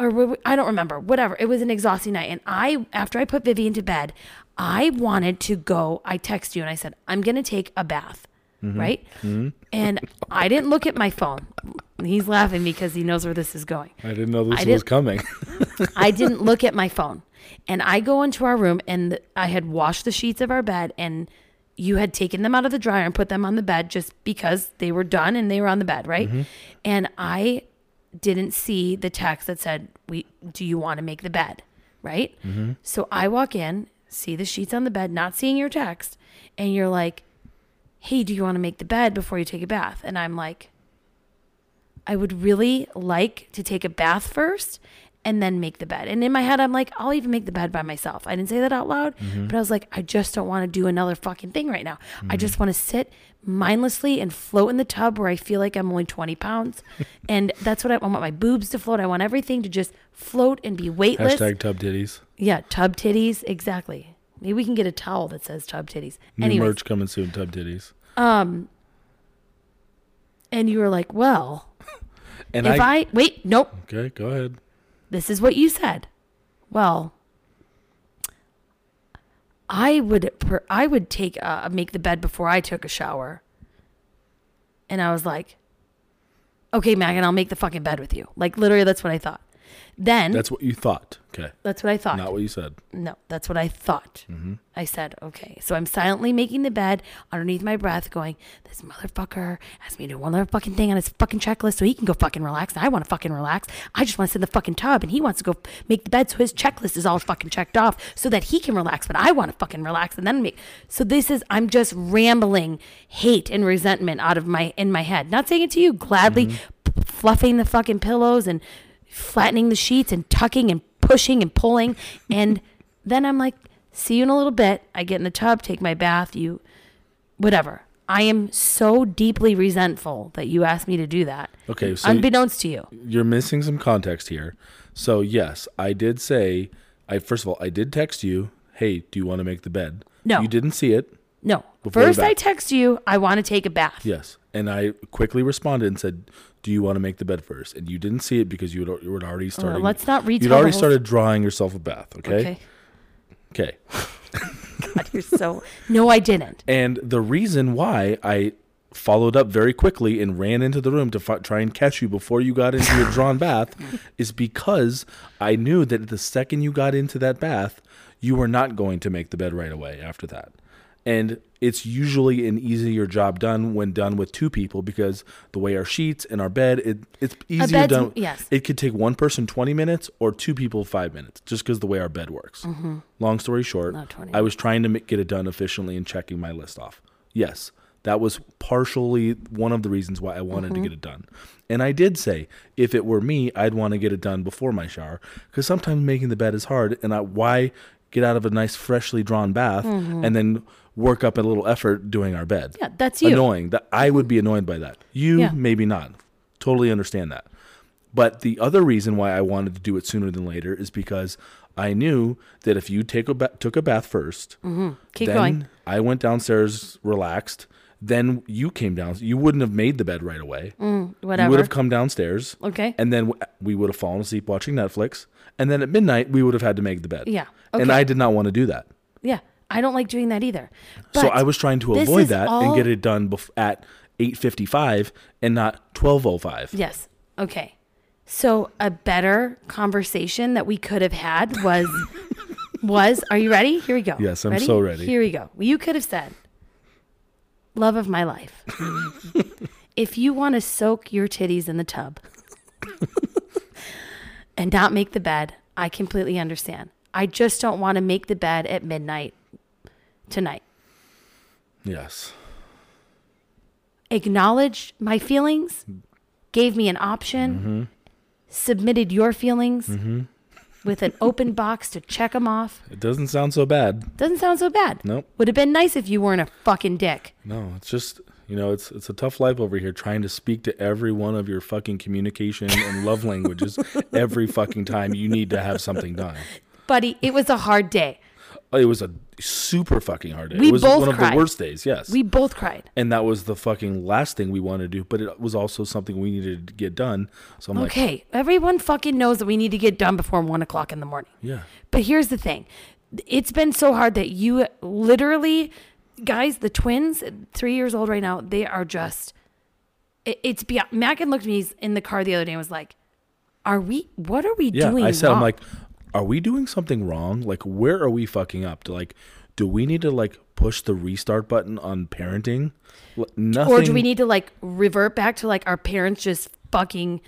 Or were we- I don't remember. Whatever. It was an exhausting night, and I after I put Vivian to bed, I wanted to go. I text you and I said I'm gonna take a bath. right? And I didn't look at my phone. He's laughing because he knows where this is going.
I didn't know this
I
was
didn't-
coming.
I didn't look at my phone. And I go into our room and th- I had washed the sheets of our bed and you had taken them out of the dryer and put them on the bed just because they were done and they were on the bed, right? And I didn't see the text that said, "We do you want to make the bed?" right? So I walk in, see the sheets on the bed, not seeing your text, and you're like, "Hey, do you want to make the bed before you take a bath?" And I'm like, I would really like to take a bath first and then make the bed. And in my head, I'm like, I'll even make the bed by myself. I didn't say that out loud,
Mm-hmm.
but I was like, I just don't want to do another fucking thing right now. I
Mm-hmm.
just want to sit mindlessly and float in the tub where I feel like I'm only 20 pounds. and that's what I, I want my boobs to float. I want everything to just float and be weightless.
Hashtag tub ditties.
Yeah, tub titties. Exactly. Maybe we can get a towel that says tub titties.
New
Anyways,
merch coming soon, tub ditties.
Um, and you were like, well,
And
if
I,
I wait, nope.
Okay, go ahead.
this is what you said. Well, I would per, I would take uh, make the bed before I took a shower. And I was like, okay, Megan, I'll make the fucking bed with you. Like literally, that's what I thought. Then that's,
That's what you thought. Okay.
what I thought.
Not what you said.
No, that's what I thought. I said, okay. So I'm silently making the bed underneath my breath, going, this motherfucker asked me to do one other fucking thing on his fucking checklist so he can go fucking relax. And I want to fucking relax. I just want to sit in the fucking tub and he wants to go f- make the bed so his checklist is all fucking checked off so that he can relax. But I want to fucking relax and then make. So this is, I'm just rambling hate and resentment out of my, in my head. Not saying it to you, gladly p- fluffing the fucking pillows and flattening the sheets and tucking and pushing and pulling. And then I'm like, see you in a little bit. I get in the tub, take my bath, you, whatever. I am so deeply resentful that you asked me to do that.
Okay, so-
unbeknownst to you.
You're missing some context here. So yes, I did say I first of all, I did text you, hey, do you want to make the bed?
No.
You didn't see it.
No.
Before
First,
the bath.
I text you, I want to take a bath.
Yes. And I quickly responded and said, Do you want to make the bed first? And you didn't see it because you had, you had already started.
let's not retell
You'd
the
already
whole-
started drawing yourself a bath,
Okay.
okay? Okay.
God, you're so. No, I didn't.
And the reason why I followed up very quickly and ran into the room to fi- try and catch you before you got into your drawn bath is because I knew that the second you got into that bath, you were not going to make the bed right away after that. And it's usually an easier job done when done with two people because the way our sheets and our bed, it, it's easier
bed's-
done.
yes.
It could take one person 20 minutes or two people five minutes just because the way our bed works. Long story short,
Mm-hmm. Not 20
I was trying to ma- get it done efficiently and checking my list off. Yes, that was partially one of the reasons why I wanted to get it done. And I did say, if it were me, I'd want to get it done before my shower because sometimes making the bed is hard. And I, why get out of a nice, freshly drawn bath and then work up a little effort doing our bed?
Yeah, that's you.
Annoying. That I would be annoyed by that. You
Yeah.
maybe not. Totally understand that. But the other reason why I wanted to do it sooner than later is because I knew that if you take a ba- took a bath 1st
Mm-hmm. Keep
then
going.
I went downstairs relaxed. Then you came down. You wouldn't have made the bed right away. You would
Mm, Whatever.
have come downstairs.
Okay.
And then w- we would have fallen asleep watching Netflix. And then at midnight we would have had to make the bed.
Yeah,
And
okay.
I did not want to do that.
Yeah. I don't like doing that either. But
so I was trying to
this
avoid
is
that
all-
and get it done bef- at 8:55 and not 12:05.
Yes. Okay. So a better conversation that we could have had was was are you ready? Here we go.
Yes, I'm so ready.
Here we go. You could have said, "Love of my life, if you want to soak your titties in the tub and not make the bed, I completely understand. I just don't want to make the bed at midnight tonight.
Yes.
acknowledged my feelings, gave me an option, submitted your feelings with an open box to check them off.
It doesn't sound so bad.
Doesn't sound so bad.
Nope.
Would have been nice if you weren't a fucking dick.
No, it's just you know, it's it's a tough life over here trying to speak to every one of your fucking communication and love languages every fucking time you need to have something done.
Buddy, it was a hard day.
It was a super fucking hard day.
We
it was
both
one of
cried.
the worst days, yes.
We both cried.
and that was the fucking last thing we wanted to do, but it was also something we needed to get done. So I'm like,
Okay, everyone fucking knows that we need to get done before one o'clock in the morning.
yeah.
But here's the thing it's been so hard that you literally guys, the twins, three years old right now, they are just. It, it's beyond. Mackin looked at me in the car the other day and was like, "Are we? What are we
Yeah,
doing?"
I said, I'm
wrong?"
like, are we doing something wrong? Like, where are we fucking up? To like, do we need to like push the restart button on parenting? L- Nothing.
or do we need to like revert back to like our parents just fucking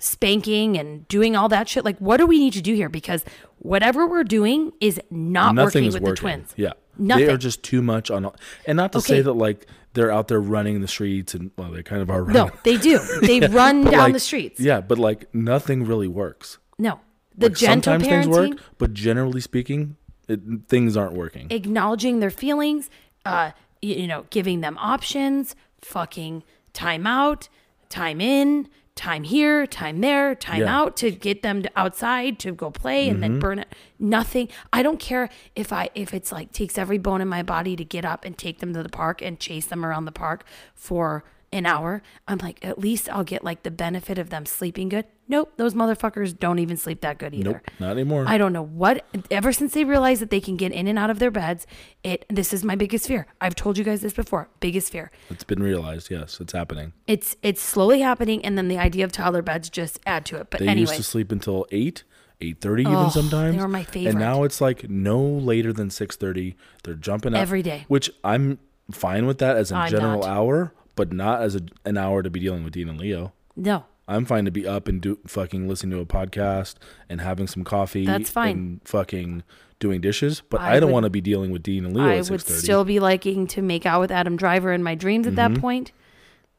spanking and doing all that shit? Like, what do we need to do here? Because whatever we're doing is not
Nothing
working
is
with the
working.
twins.
Yeah,
Nothing.
They are just too much on. And not to say
Okay.
that like they're out there running the streets and well, they kind of are.
No,
Running.
they do. They run
But,
down
like,
the streets.
Yeah, but like nothing really works.
No, the
Like,
gentle
sometimes things
parenting,
work, but generally speaking, it, things aren't working.
acknowledging their feelings, uh, you, you know, giving them options, fucking time out, time in, time here, time there, time
Yeah. Mm-hmm.
out to get them to outside to go play and then burn it. Nothing. I don't care if I if it's like takes every bone in my body to get up and take them to the park and chase them around the park for an hour. I'm like, at least I'll get like the benefit of them sleeping good. Nope, those motherfuckers don't even sleep that good either.
nope, not anymore.
I don't know what. Ever since they realized that they can get in and out of their beds, it. This is my biggest fear. I've told you guys this before. Biggest fear.
it's been realized. Yes, it's happening.
It's it's slowly happening, and then the idea of toddler beds just add to it. But
They
anyway,
used to sleep until eight, eight thirty even
Oh,
sometimes.
they were my
And
favorite.
now it's like no later than six thirty. They're jumping up
Every day.
which I'm fine with that as a
I'm
general
not.
hour, but not as a, an hour to be dealing with Dean and Leo.
no,
I'm fine to be up and do fucking listening to a podcast and having some coffee.
That's fine.
And fucking doing dishes, but
I
I, don't
would-
want to be dealing with Dean and Leo
I
at
would
six thirty. Mm-hmm.
still be liking to make out with Adam Driver in my dreams at that point.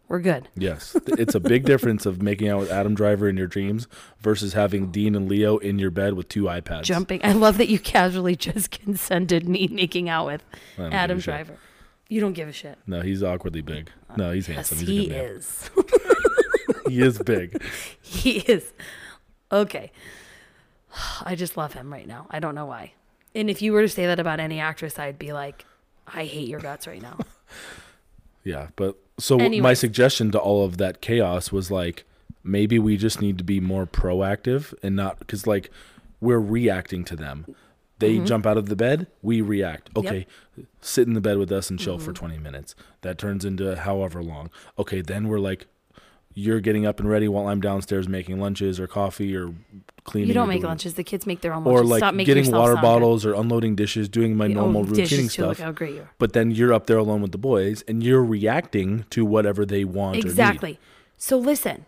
We're good.
Yes, Th- it's a big difference of making out with Adam Driver in your dreams versus having Dean and Leo in your bed with two iPads.
Jumping. I love that you casually just consented me making out with
don't
Adam
give a shit.
Driver. You don't give a shit.
No, he's awkwardly big. No, he's
Uh, Yes,
handsome. He's a
he
good man.
is.
He is big.
He is. Okay. I just love him right now. I don't know why. And if you were to say that about any actress, I'd be like, I hate your guts right now.
Yeah, but so my
Anyways.
suggestion to all of that chaos was like maybe we just need to be more proactive and not cuz like we're reacting to them. They
Mm-hmm.
jump out of the bed, we react. Okay, sit in the bed with us and
Mm-hmm.
chill for 20 minutes. That turns into however long. Okay, then we're like you're getting up and ready while I'm downstairs making lunches or coffee or cleaning.
You
or
don't make
doing-
lunches. The kids make their own
Or
lunches.
like
Stop making
getting
yourself
water
sound good.
bottles or unloading dishes, doing my
Oh,
normal
dishes
routine
too,
stuff
Look, I agree. you.
but then you're up there alone with the boys and you're reacting to whatever they want or
Exactly. So listen,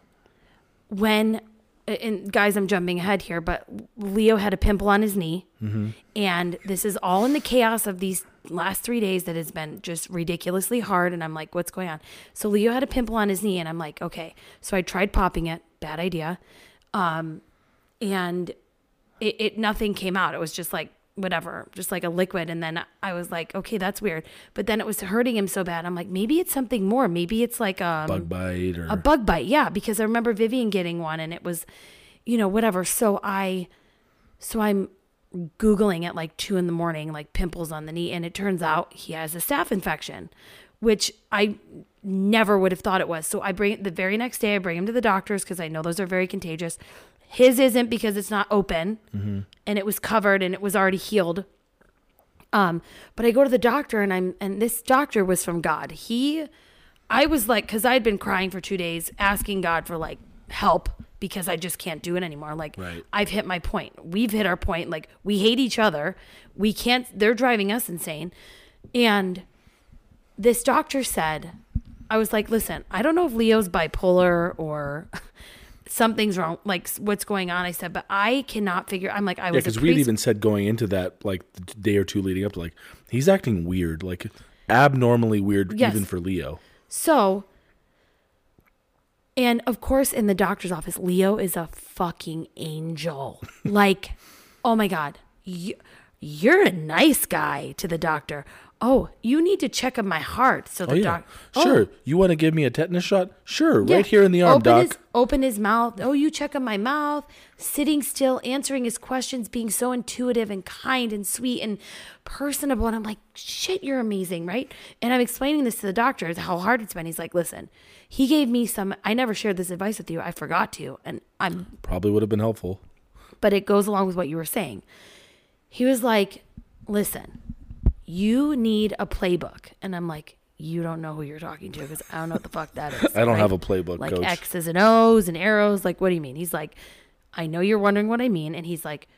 when and guys, I'm jumping ahead here, but Leo had a pimple on his knee,
Mm-hmm.
and this is all in the chaos of these last three days that has been just ridiculously hard. And I'm like, what's going on? So Leo had a pimple on his knee, and I'm like, okay. So I tried popping it. Bad idea. Um, and it, it nothing came out. It was just like whatever, just like a liquid. And then I was like, okay, that's weird. But then it was hurting him so bad. I'm like, maybe it's something more. Maybe it's like um,
bug bite or
a bug bite yeah because i remember vivian getting one and it was you know whatever so i so i'm googling at like two in the morning like pimples on the knee and it turns out he has a staph infection which i never would have thought it was so i bring the very next day i bring him to the doctors because i know those are very contagious his isn't because it's not open and it was covered and it was already healed um, but I go to the doctor and I'm and this doctor was from God. He I was like cuz I'd been crying for 2 days asking God for like help because I just can't do it anymore. Like
Right.
I've hit my point. We've hit our point. Like we hate each other. We can't they're driving us insane. And this doctor said I was like, "Listen, I don't know if Leo's bipolar or something's wrong like s- what's going on." I said, "But I cannot figure I'm like I
yeah
was
because
a
we had
preschool-
even said going into that like the t- day or two leading up like he's acting weird like abnormally weird
Yes.
even for leo
So, and of course, in the doctor's office, Leo is a fucking angel. like, oh my God, you, you're a nice guy to the doctor. Oh, you need to check on my heart. So the
oh yeah
doc,
sure
oh,
you want to give me a tetanus shot sure
yeah.
right here in the arm
open
doc
His, open his mouth. Oh, you check on my mouth. Sitting still, answering his questions, being so intuitive and kind and sweet and personable. And I'm like, shit, you're amazing, right? And I'm explaining this to the doctor how hard it's been. He's like, listen, he gave me some. I never shared this advice with you. I forgot to, and I'm.
probably would have been helpful
But it goes along with what you were saying. He was like, listen, you need a playbook. And I'm like, you don't know who you're talking to because I don't know what the fuck that is.
I don't
Like-
have a playbook,
like
coach.
X's and O's and arrows. Like, what do you mean? He's like, I know you're wondering what I mean. And he's like,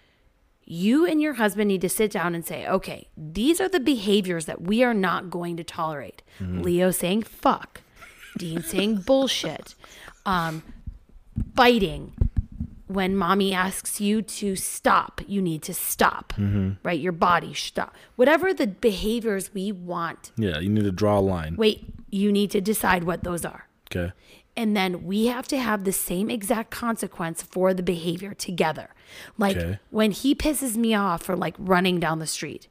you and your husband need to sit down and say, okay, these are the behaviors that we are not going to tolerate. Leo saying fuck, Dean saying bullshit, um, biting. When mommy asks you to stop, you need to stop, right? Your body stop. Whatever the behaviors we want,
yeah, you need to draw a line.
wait, you need to decide what those are.
Okay.
And then we have to have the same exact consequence for the behavior together. Like
Okay.
when he pisses me off for like running down the street,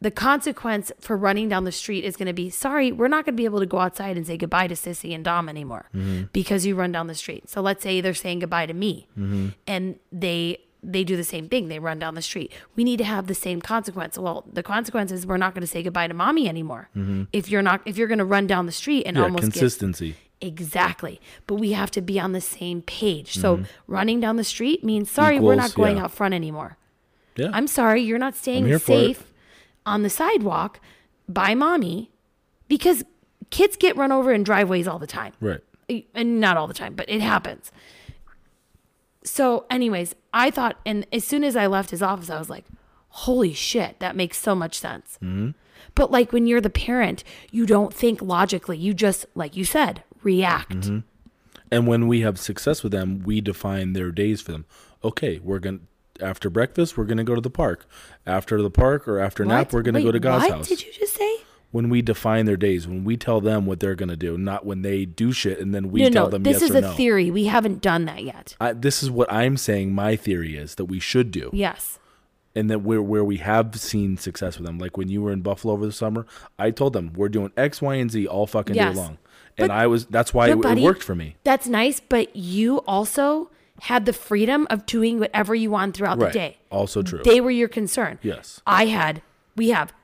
the consequence for running down the street is going to be sorry, we're not going to be able to go outside and say goodbye to Sissy and Dom anymore
Mm-hmm.
because you run down the street. So let's say they're saying goodbye to me
Mm-hmm.
and they they do the same thing. They run down the street. We need to have the same consequence. Well, the consequence is we're not going to say goodbye to mommy anymore. If you're not if you're going to run down the street and
Mm-hmm. Yeah,
almost get
consistency.
Exactly. But we have to be on the same page. So running down the street means, sorry, we're
Mm-hmm. Equals,
not going
yeah.
out front anymore.
Yeah.
I'm sorry, you're not
I'm
staying
here for it.
safe on the sidewalk by mommy because kids get run over in driveways all the time Uh,
right.
and not all the time, but it happens. So, anyways, I thought, and as soon as I left his office, I was like, holy shit, that makes so much sense.
Mm-hmm.
But like when you're the parent, you don't think logically. You just, like you said, react.
Mm-hmm. And when we have success with them, we define their days for them. Okay, we're going to, after breakfast, we're going to go to the park. After the park or after nap,
What?
we're going to
Wait,
go to God's
what
house.
did you just say?
when we define their days, when we tell them what they're going to do, not when they do shit and then we
No,
tell
no,
them
this
yes
is
or
a
no.
theory. We haven't done that yet.
I, this is what I'm saying. My theory is that we should do,
Yes.
and that where where we have seen success with them, like when you were in Buffalo over the summer, I told them we're doing X, Y, and Z all fucking
Yes.
day long, and
But-
I was that's why it,
But,
it
buddy,
worked for me.
That's nice, but you also had the freedom of doing whatever you want throughout
Right.
the day.
Also true.
They were your concern.
Yes.
I had, we have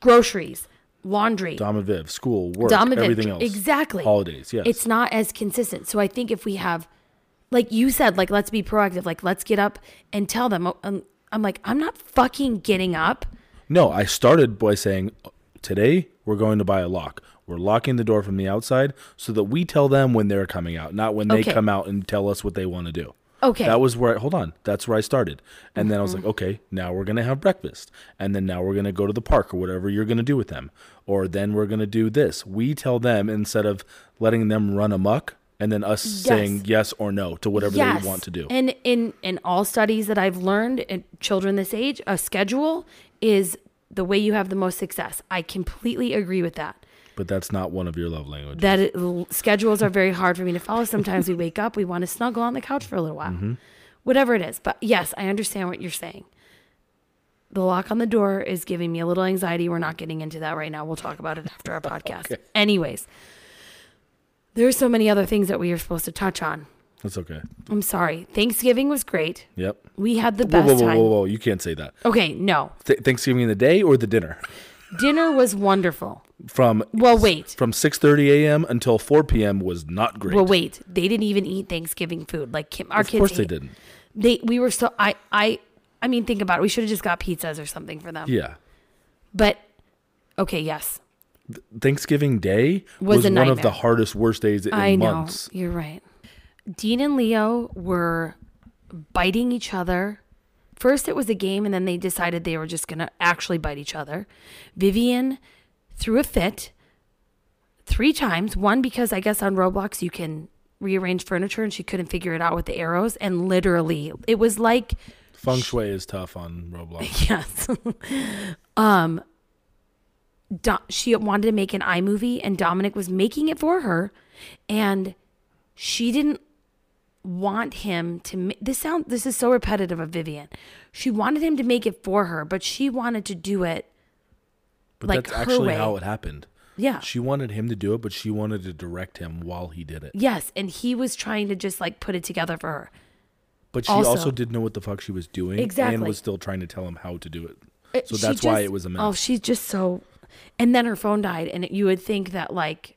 groceries, laundry,
Dom and Viv, school, work,
Domovic,
everything else.
Exactly.
Holidays. Yes.
It's not as consistent. So I think if we have, like you said, like let's be proactive. Like let's get up and tell them. oh, um, I'm like, I'm not fucking getting up.
No, I started by saying, today we're going to buy a lock. We're locking the door from the outside so that we tell them when they're coming out, not when they
Okay.
come out and tell us what they want to do.
Okay. Mm-hmm.
That was where I, hold on, that's where I started. And then I was like, okay, now we're going to have breakfast. And then now we're going to go to the park or whatever you're going to do with them. Or then we're going to do this. We tell them instead of letting them run amok and then us saying yes or no to whatever they want to do.
And in in all studies that I've learned in children this age, a schedule is the way you have the most success. I completely agree with that.
but that's not one of your love languages.
That it, l- schedules are very hard for me to follow. Sometimes we wake up, we want to snuggle on the couch for a little while,
Mm-hmm.
whatever it is. But yes, I understand what you're saying. The lock on the door is giving me a little anxiety. We're not getting into that right now. We'll talk about it after our podcast.
Okay.
Anyways, there's so many other things that we are supposed to touch on.
that's okay.
I'm sorry. Thanksgiving was great.
Yep.
We had the
Whoa,
best
whoa, whoa,
time.
whoa, whoa. You can't say that.
Okay, no.
Th- Thanksgiving in the day or the dinner
Dinner was wonderful.
from
Well, wait.
from 6:30 a.m. until 4 p.m. was not great.
Well, wait. They didn't even eat Thanksgiving food. Like Kim, our
of
kids.
course they
ate-
didn't.
They we were so I I I mean think about it. We should have just got pizzas or something for them.
Yeah.
But okay, yes.
Thanksgiving Day
Was
was,
a
one of the
nightmare.
hardest worst days in
I
months.
know. You're right. Dean and Leo were biting each other. First it was a game and then they decided they were just going to actually bite each other. Vivian threw a fit three times. One because I guess on Roblox you can rearrange furniture and she couldn't figure it out with the arrows and literally it was like
Feng Shui is tough on Roblox.
Yes. um, Do- she wanted to make an iMovie, and Dominic was making it for her, and she didn't want him to. Ma- this sound. This is so repetitive of Vivian. She wanted him to make it for her, but she wanted to do it.
But
Like
that's
her
actually
way.
how it happened.
Yeah.
She wanted him to do it, but she wanted to direct him while he did it.
yes, and he was trying to just like put it together for her.
But she also,
Also-
didn't know what the fuck she was doing and
Exactly.
was still trying to tell him how to do it.
It-
So
she
that's why
just-
it was a mess.
Oh, she's just so. And then her phone died, and you would think that like,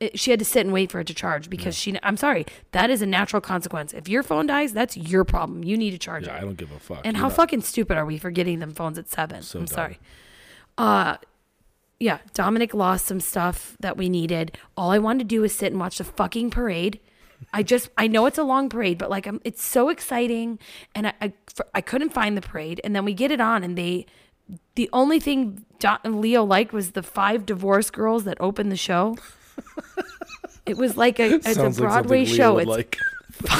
it- she had to sit and wait for it to charge because she I'm sorry, that is a natural consequence. If your phone dies, that's your problem. You need to charge
Yeah, I
it.
don't give a fuck.
And
You're
how
not-
fucking stupid are we for getting them phones at 7?
So
I'm
dumb.
sorry. Uh yeah, Dominic lost some stuff that we needed. All I wanted to do was sit and watch the fucking parade. I just I know it's a long parade, but like I'm, it's so exciting, and I, I I couldn't find the parade, and then we get it on, and they the only thing Dot and Leo liked was the five divorce girls that opened the show. it was like a it's a
Sounds like
Broadway
something Leah
show.
would
It's
like.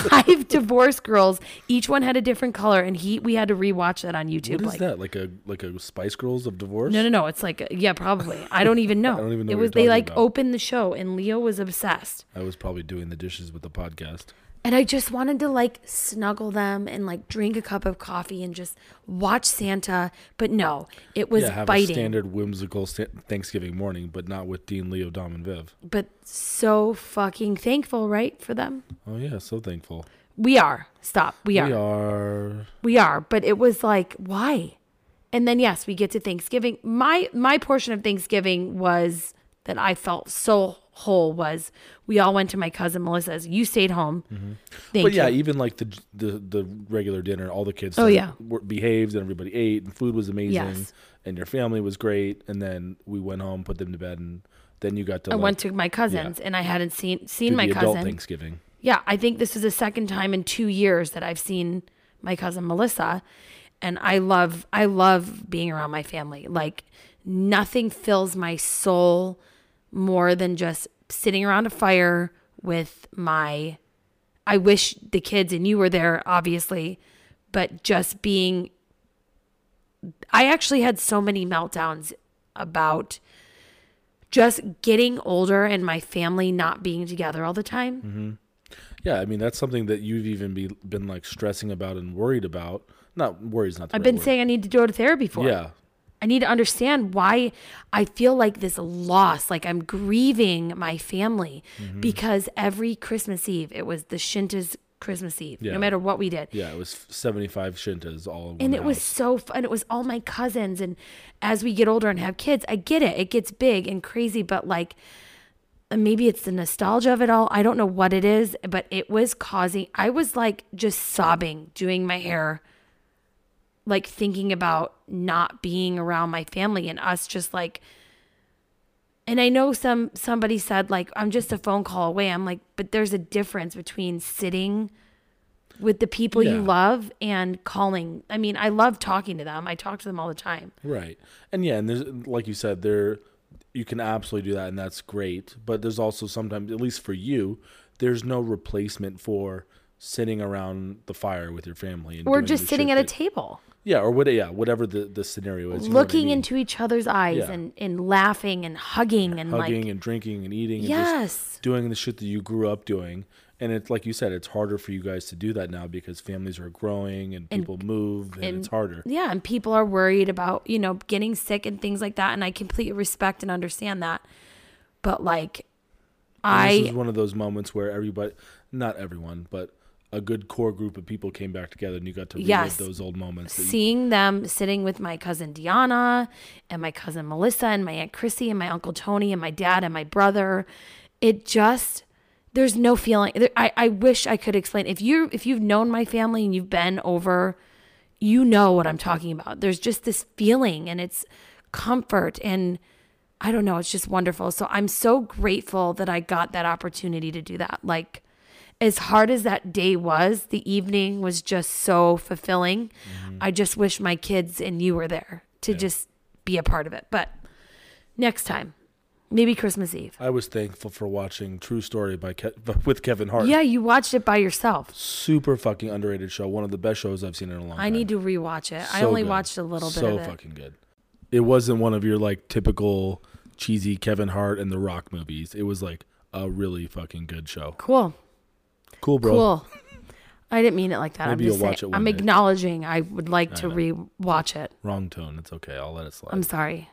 five divorce girls. Each one had a different color, and he we had to rewatch that on YouTube.
What
like
is that? Like a like a Spice Girls of divorce?
no, no, no. It's like yeah, probably. I don't even know.
don't even know
It
what
was
you're
they
talking
like
about.
opened the show, and Leo was obsessed.
I was probably doing the dishes with the podcast.
And I just wanted to like snuggle them and like drink a cup of coffee and just watch Santa. But no, it was
yeah, have a
biting.
standard whimsical sta- Thanksgiving morning, but not with Dean, Leo, Dom, and Viv.
but so fucking thankful, right, for them.
Oh yeah, so thankful.
We are. Stop. We are.
We are.
We are, but it was like, why? And then yes, we get to Thanksgiving. My my portion of Thanksgiving was that I felt so whole was we all went to my cousin Melissa's. You stayed home. Thank
But Mm-hmm. yeah,
you.
even like the the the regular dinner, all the kids.
Oh,
like,
yeah.
were, behaved and everybody ate, and food was amazing,
Yes.
and your family was great. And then we went home, put them to bed, and then you got to
I
like,
went to my cousin's and I hadn't seen
do
seen my
the adult
cousin.
Thanksgiving.
Yeah, I think this is the second time in two years that I've seen my cousin Melissa, and I love I love being around my family. Like nothing fills my soul more than just sitting around a fire with my. I wish the kids and you were there, obviously, but just being. I actually had so many meltdowns about just getting older and my family not being together all the time.
Yeah, I mean that's something that you've even be, been like stressing about and worried about. Not worries, not. The
I've
right
been
word.
saying I need to go to therapy for. it.
Yeah,
I need to understand why I feel like this loss, like I'm grieving my family
Mm-hmm.
because every Christmas Eve, it was the Shinta's Christmas Eve,
Yeah.
no matter what we did.
yeah. It was seventy-five shintas all. In one
And it was
house.
so fun. It was all my cousins. And as we get older and have kids, I get it. It gets big and crazy, but like uh, maybe it's the nostalgia of it all. I don't know what it is, but it was causing, I was like just sobbing, doing my hair, like thinking about not being around my family and us just like, and I know some somebody said like I'm just a phone call away. I'm like, but there's a difference between sitting with the people
Yeah.
you love and calling. I mean, I love talking to them. I talk to them all the time.
Right. And yeah, and there's like you said, there you can absolutely do that and that's great. But there's also sometimes, at least for you, there's no replacement for sitting around the fire with your family and
Or
doing
just
the
sitting
shit
at a
that-
table,
Yeah, or what yeah, whatever the, the scenario is. you know what I
looking
mean?
into each other's eyes
Yeah.
and and laughing and hugging and
hugging
like
and drinking and eating and
Yes.
just doing the shit that you grew up doing. And it's like you said, it's harder for you guys to do that now because families are growing and, people move and, it's harder.
yeah, and people are worried about, you know, getting sick and things like that and I completely respect and understand that. But like I
And this is one of those moments where everybody, not everyone, but a good core group of people came back together and you got to relive
Yes.
those old moments. that you-
seeing them sitting with my cousin Deanna and my cousin Melissa and my aunt Chrissy and my uncle Tony and my dad and my brother, it just there's no feeling. there- I I wish I could explain. If you if you've known my family and you've been over, you know what I'm talking about. There's just this feeling and it's comfort and I don't know, it's just wonderful. So I'm so grateful that I got that opportunity to do that. Like as hard as that day was, the evening was just so fulfilling.
Mm-hmm.
I just wish my kids and you were there to just be a part of it. But next time, maybe Christmas Eve.
I was thankful for watching True Story by Ke- with Kevin Hart.
Yeah, you watched it by yourself.
Super fucking underrated show. One of the best shows I've seen in a long time.
I need to rewatch it. I
Oh, So
only
good.
watched a little bit
So
of it.
fucking good. It wasn't one of your like typical cheesy Kevin Hart and The Rock movies. It was like a really fucking good show.
Cool.
Cool, bro.
Cool. I didn't mean it like that.
Maybe
I'm just
you'll
saying,
watch it one
I'm
day.
acknowledging I would like to re-watch it.
Wrong tone. It's okay. I'll let it slide.
I'm sorry.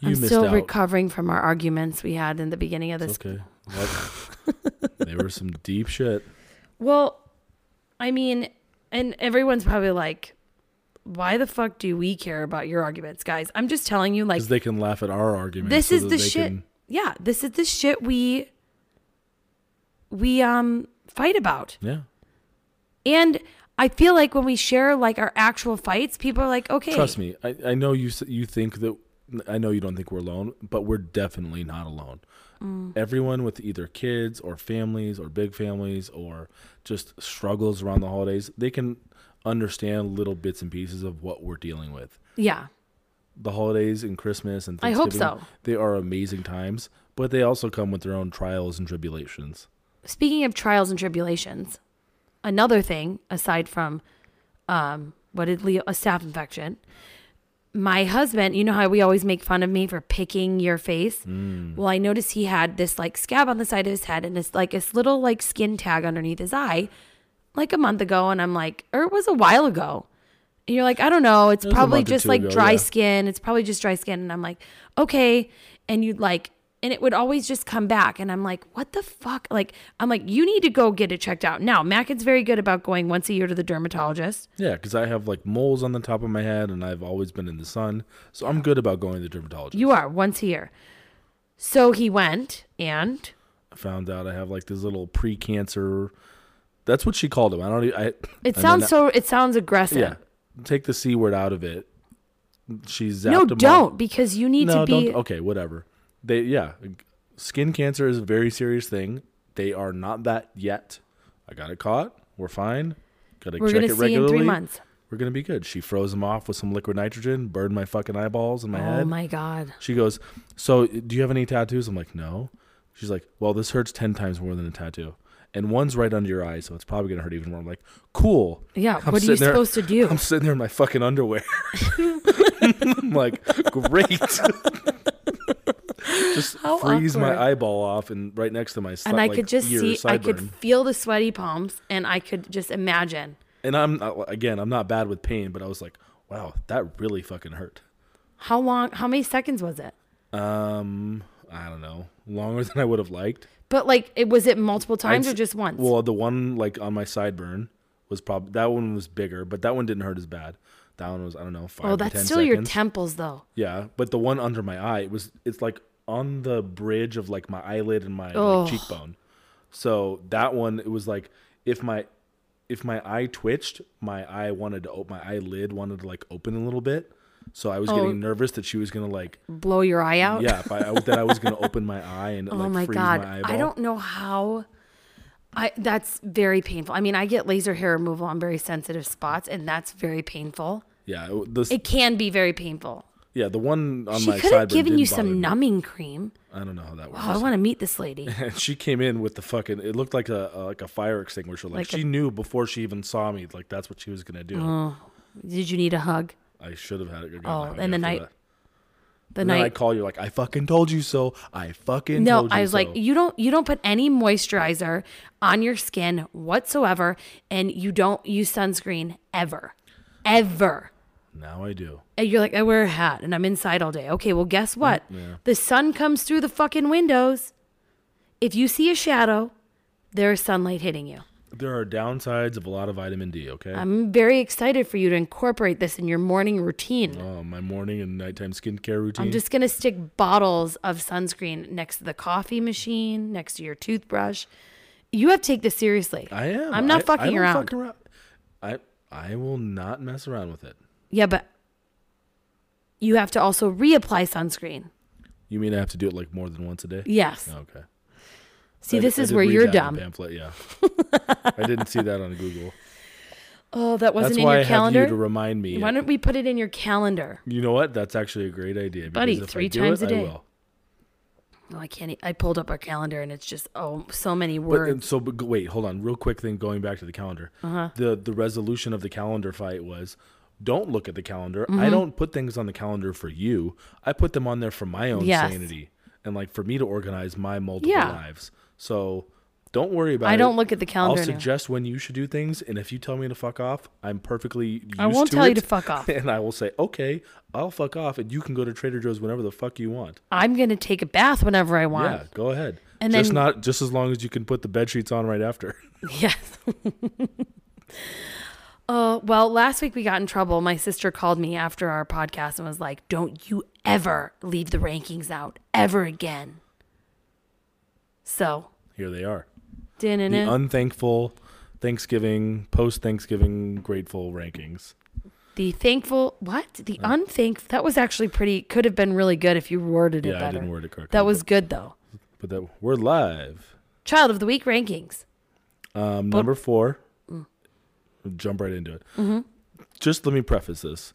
you
I'm
missed
still
out.
recovering from our arguments we had in the beginning of this.
okay. What? they were some deep shit.
Well, I mean, and everyone's probably like, why the fuck do we care about your arguments, guys? I'm just telling you, like,
because they can laugh at our arguments.
this
so
is
that
the
they
shit.
can-
yeah, this is the shit we we um fight about.
Yeah.
And I feel like when we share like our actual fights, people are like, "Okay,
Trust me. I, I know you. s- You think that. I know you don't think we're alone, but we're definitely not alone.
Mm.
Everyone with either kids or families or big families or just struggles around the holidays, they can understand little bits and pieces of what we're dealing with.
yeah,
The holidays and Christmas and
I hope
Thanksgiving,
so.
They are amazing times, but they also come with their own trials and tribulations.
speaking of trials and tribulations, another thing aside from um, what did Leo, a staph infection, my husband, you know how we always make fun of me for picking your face?
Mm.
Well, I noticed he had this like scab on the side of his head and this like this little like skin tag underneath his eye like a month ago. And I'm like, or it was a while ago. And you're like, I don't know. It's
was a
probably
month or
just
two
like
ago,
dry
yeah.
skin. It's probably just dry skin. And I'm like, okay. And you'd like, and it would always just come back. And I'm like, what the fuck? Like, I'm like, you need to go get it checked out. Now, Mackin's very good about going once a year to the dermatologist.
Yeah, because I have like moles on the top of my head, and I've always been in the sun, so I'm good about going to the dermatologist.
You are once a year. So he went and
I found out I have like this little pre-cancer. That's what she called him. I don't. e- I.
it
and
sounds
then
so it sounds aggressive.
I- yeah. Take the c word out of it. She zapped
No,
him. all-
don't because you need to
No,
be
don't. Okay, whatever. They yeah. Skin cancer is a very serious thing. They are not that yet. I got it caught. We're fine. Got to
We're
check
gonna
it
see in three
regularly.
months.
We're gonna be good. She froze him off with some liquid nitrogen, burned my fucking eyeballs and my head.
Oh my god.
She goes, "So, do you have any tattoos?" I'm like, "No." She's like, "Well, this hurts 10 times more than a tattoo." And one's right under your eye, so it's probably going to hurt even more. I'm like, "Cool."
Yeah,
I'm
what are you
sitting there-
supposed to do?
I'm sitting there in my fucking underwear. I'm like, "Great." just
How
freeze
awkward.
my eyeball off and right next to my sli-
and I
like,
could just
ear
see I
sideburn.
could feel the sweaty palms and I could just imagine.
And I'm not, again, I'm not bad with pain, but I was like, "Wow, that really fucking hurt."
How long how many seconds was it?
Um, I don't know. Longer than I would have liked.
But like it was it multiple times
I'd
or
s-
just once?
Well, the one like on my sideburn was probably that one was bigger, but that one didn't hurt as bad. That one was I don't know five.
oh,
to
that's
10
still your
seconds.
temples though.
yeah, but the one under my eye it was it's like on the bridge of like my eyelid and my like,
Ugh.
cheekbone. So that one it was like if my if my eye twitched, my eye wanted to open my eyelid wanted to like open a little bit. So I was
Oh.
getting nervous that she was gonna like
Blow your eye out.
yeah if I, that I was gonna open my eye and
Oh
like
my
freeze
god.
my eyeball.
I don't know how I that's very painful. I mean, I get laser hair removal on very sensitive spots and that's very painful.
yeah it, this,
It can be very painful.
yeah the one on
She
my
could have
sideburn
given
did
you
bother
some
me.
numbing cream.
I don't know how that works.
Oh, I want to meet this lady.
and she came in with the fucking. It looked like a, a like a fire extinguisher. Like,
Like
she
a-
knew before she even saw me. Like that's what she was gonna do.
Did you need a hug?
I should have had it.
Oh, and the night- The
And then I
night.
call you like I fucking told you so. I fucking
no,
told you
I was like,
so."
you don't you don't put any moisturizer on your skin whatsoever, and you don't use sunscreen ever, ever.
now I do.
And you're like, I wear a hat and I'm inside all day. Okay, well, guess what?
Mm,
The sun comes through the fucking windows. If you see a shadow, there is sunlight hitting you.
There are downsides of a lot of vitamin D. Okay.
I'm very excited for you to incorporate this in your morning routine.
oh, my morning and nighttime skincare routine.
I'm just gonna stick bottles of sunscreen next to the coffee machine, next to your toothbrush. You have to take this seriously.
I am.
I'm not
I- I
fucking
don't
around.
fuck around. I I will not mess around with it.
Yeah, but you have to also reapply sunscreen.
You mean I have to do it like more than once a day?
Yes.
Okay.
See,
I-
this
I
is
did
where
read
you're
that in
dumb.
the Pamphlet, yeah. I didn't see that on Google.
Oh, that wasn't
That's
in
why I
your
have you to
calendar.
remind me.
Why don't we put it in your calendar?
you know what? That's actually a great idea. because
Buddy,
if I
three
do
times
it,
a day.
I will.
Oh, I can't. e- I pulled up our calendar and it's just oh, so many
But
words.
and so, but g- wait, hold on, real quick thing. Going back to the calendar, uh-huh. the the resolution of the calendar fight was, don't look at the calendar.
Mm-hmm.
I don't put things on the calendar for you. I put them on there for my own
Yes.
sanity and like for me to organize my multiple
Yeah.
lives. So, don't worry about it.
I don't look at the calendar
I'll
anymore.
suggest when you should do things, and if you tell me to fuck off, I'm perfectly. Used
I won't
to
tell you
it,
to fuck off.
And I will say, okay, I'll fuck off, and you can go to Trader Joe's whenever the fuck you want.
I'm gonna take a bath whenever I want.
Yeah, go ahead.
And
just
then-
not just as long as you can put the bed sheets on right after.
Yes. uh, well, last week we got in trouble. My sister called me after our podcast and was like, Don't you ever leave the rankings out ever again. So,
Here they are.
didn't
The unthankful Thanksgiving, post Thanksgiving grateful rankings.
The thankful what? The
Uh.
unthankful. That was actually pretty. Could have been really good if you worded it
Yeah, I
better.
didn't word it correctly.
that was good though.
but, but that we're live.
Child of the week rankings.
Um, number four. Jump right into it. Just let me preface this.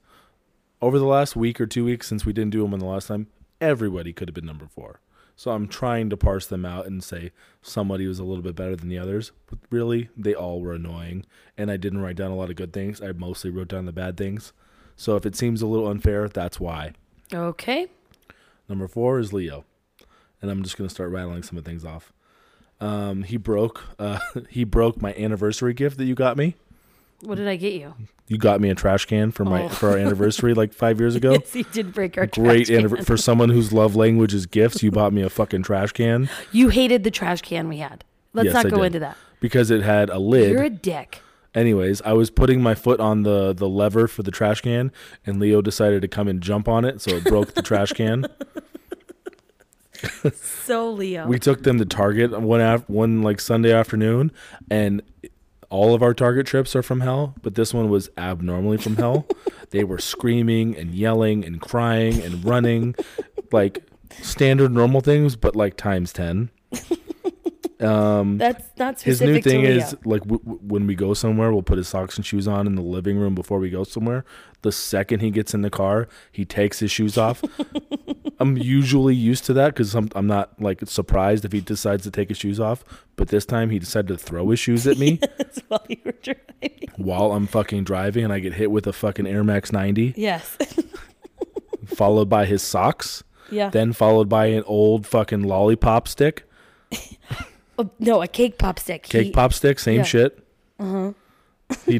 Over the last week or two weeks since we didn't do them on the last time, everybody could have been number four. So I'm trying to parse them out and say somebody was a little bit better than the others. But really, they all were annoying, and I didn't write down a lot of good things. I mostly wrote down the bad things. So if it seems a little unfair, that's why.
Okay.
Number four is Leo, and I'm just gonna start rattling some of the things off. Um, he broke. Uh, he broke my anniversary gift that you got me.
What did I get you?
You got me a trash can for my
Oh.
for our anniversary like five years ago.
Yes, he did break our
Great
trash
anniver- for someone whose love language is gifts. You bought me a fucking trash can
can. You hated the trash can we had. Let's
Yes,
not
I
go
did.
into that.
because it had a lid.
You're a dick.
Anyways, I was putting my foot on the the lever for the trash can, and Leo decided to come and jump on it, so it broke the trash can.
So Leo.
we took them to Target one af- one like Sunday afternoon, and all of our Target trips are from hell, but this one was abnormally from hell. they were screaming and yelling and crying and running, like standard normal things, but like times ten.
That's not
His
specific
new thing
to Leo.
is like w- w- when we go somewhere, we'll put his socks and shoes on in the living room before we go somewhere. The second he gets in the car, he takes his shoes off. I'm usually used to that because I'm, I'm not like surprised if he decides to take his shoes off. But this time he decided to throw his shoes at me
That's while you were driving.
while I'm fucking driving, and I get hit with a fucking Air Max 90,
Yes.
followed by his socks,
yeah.
then followed by an old fucking lollipop stick,
Oh, no, a cake pop stick.
cake
He-
pop stick, same
yeah. Uh-huh.
shit. He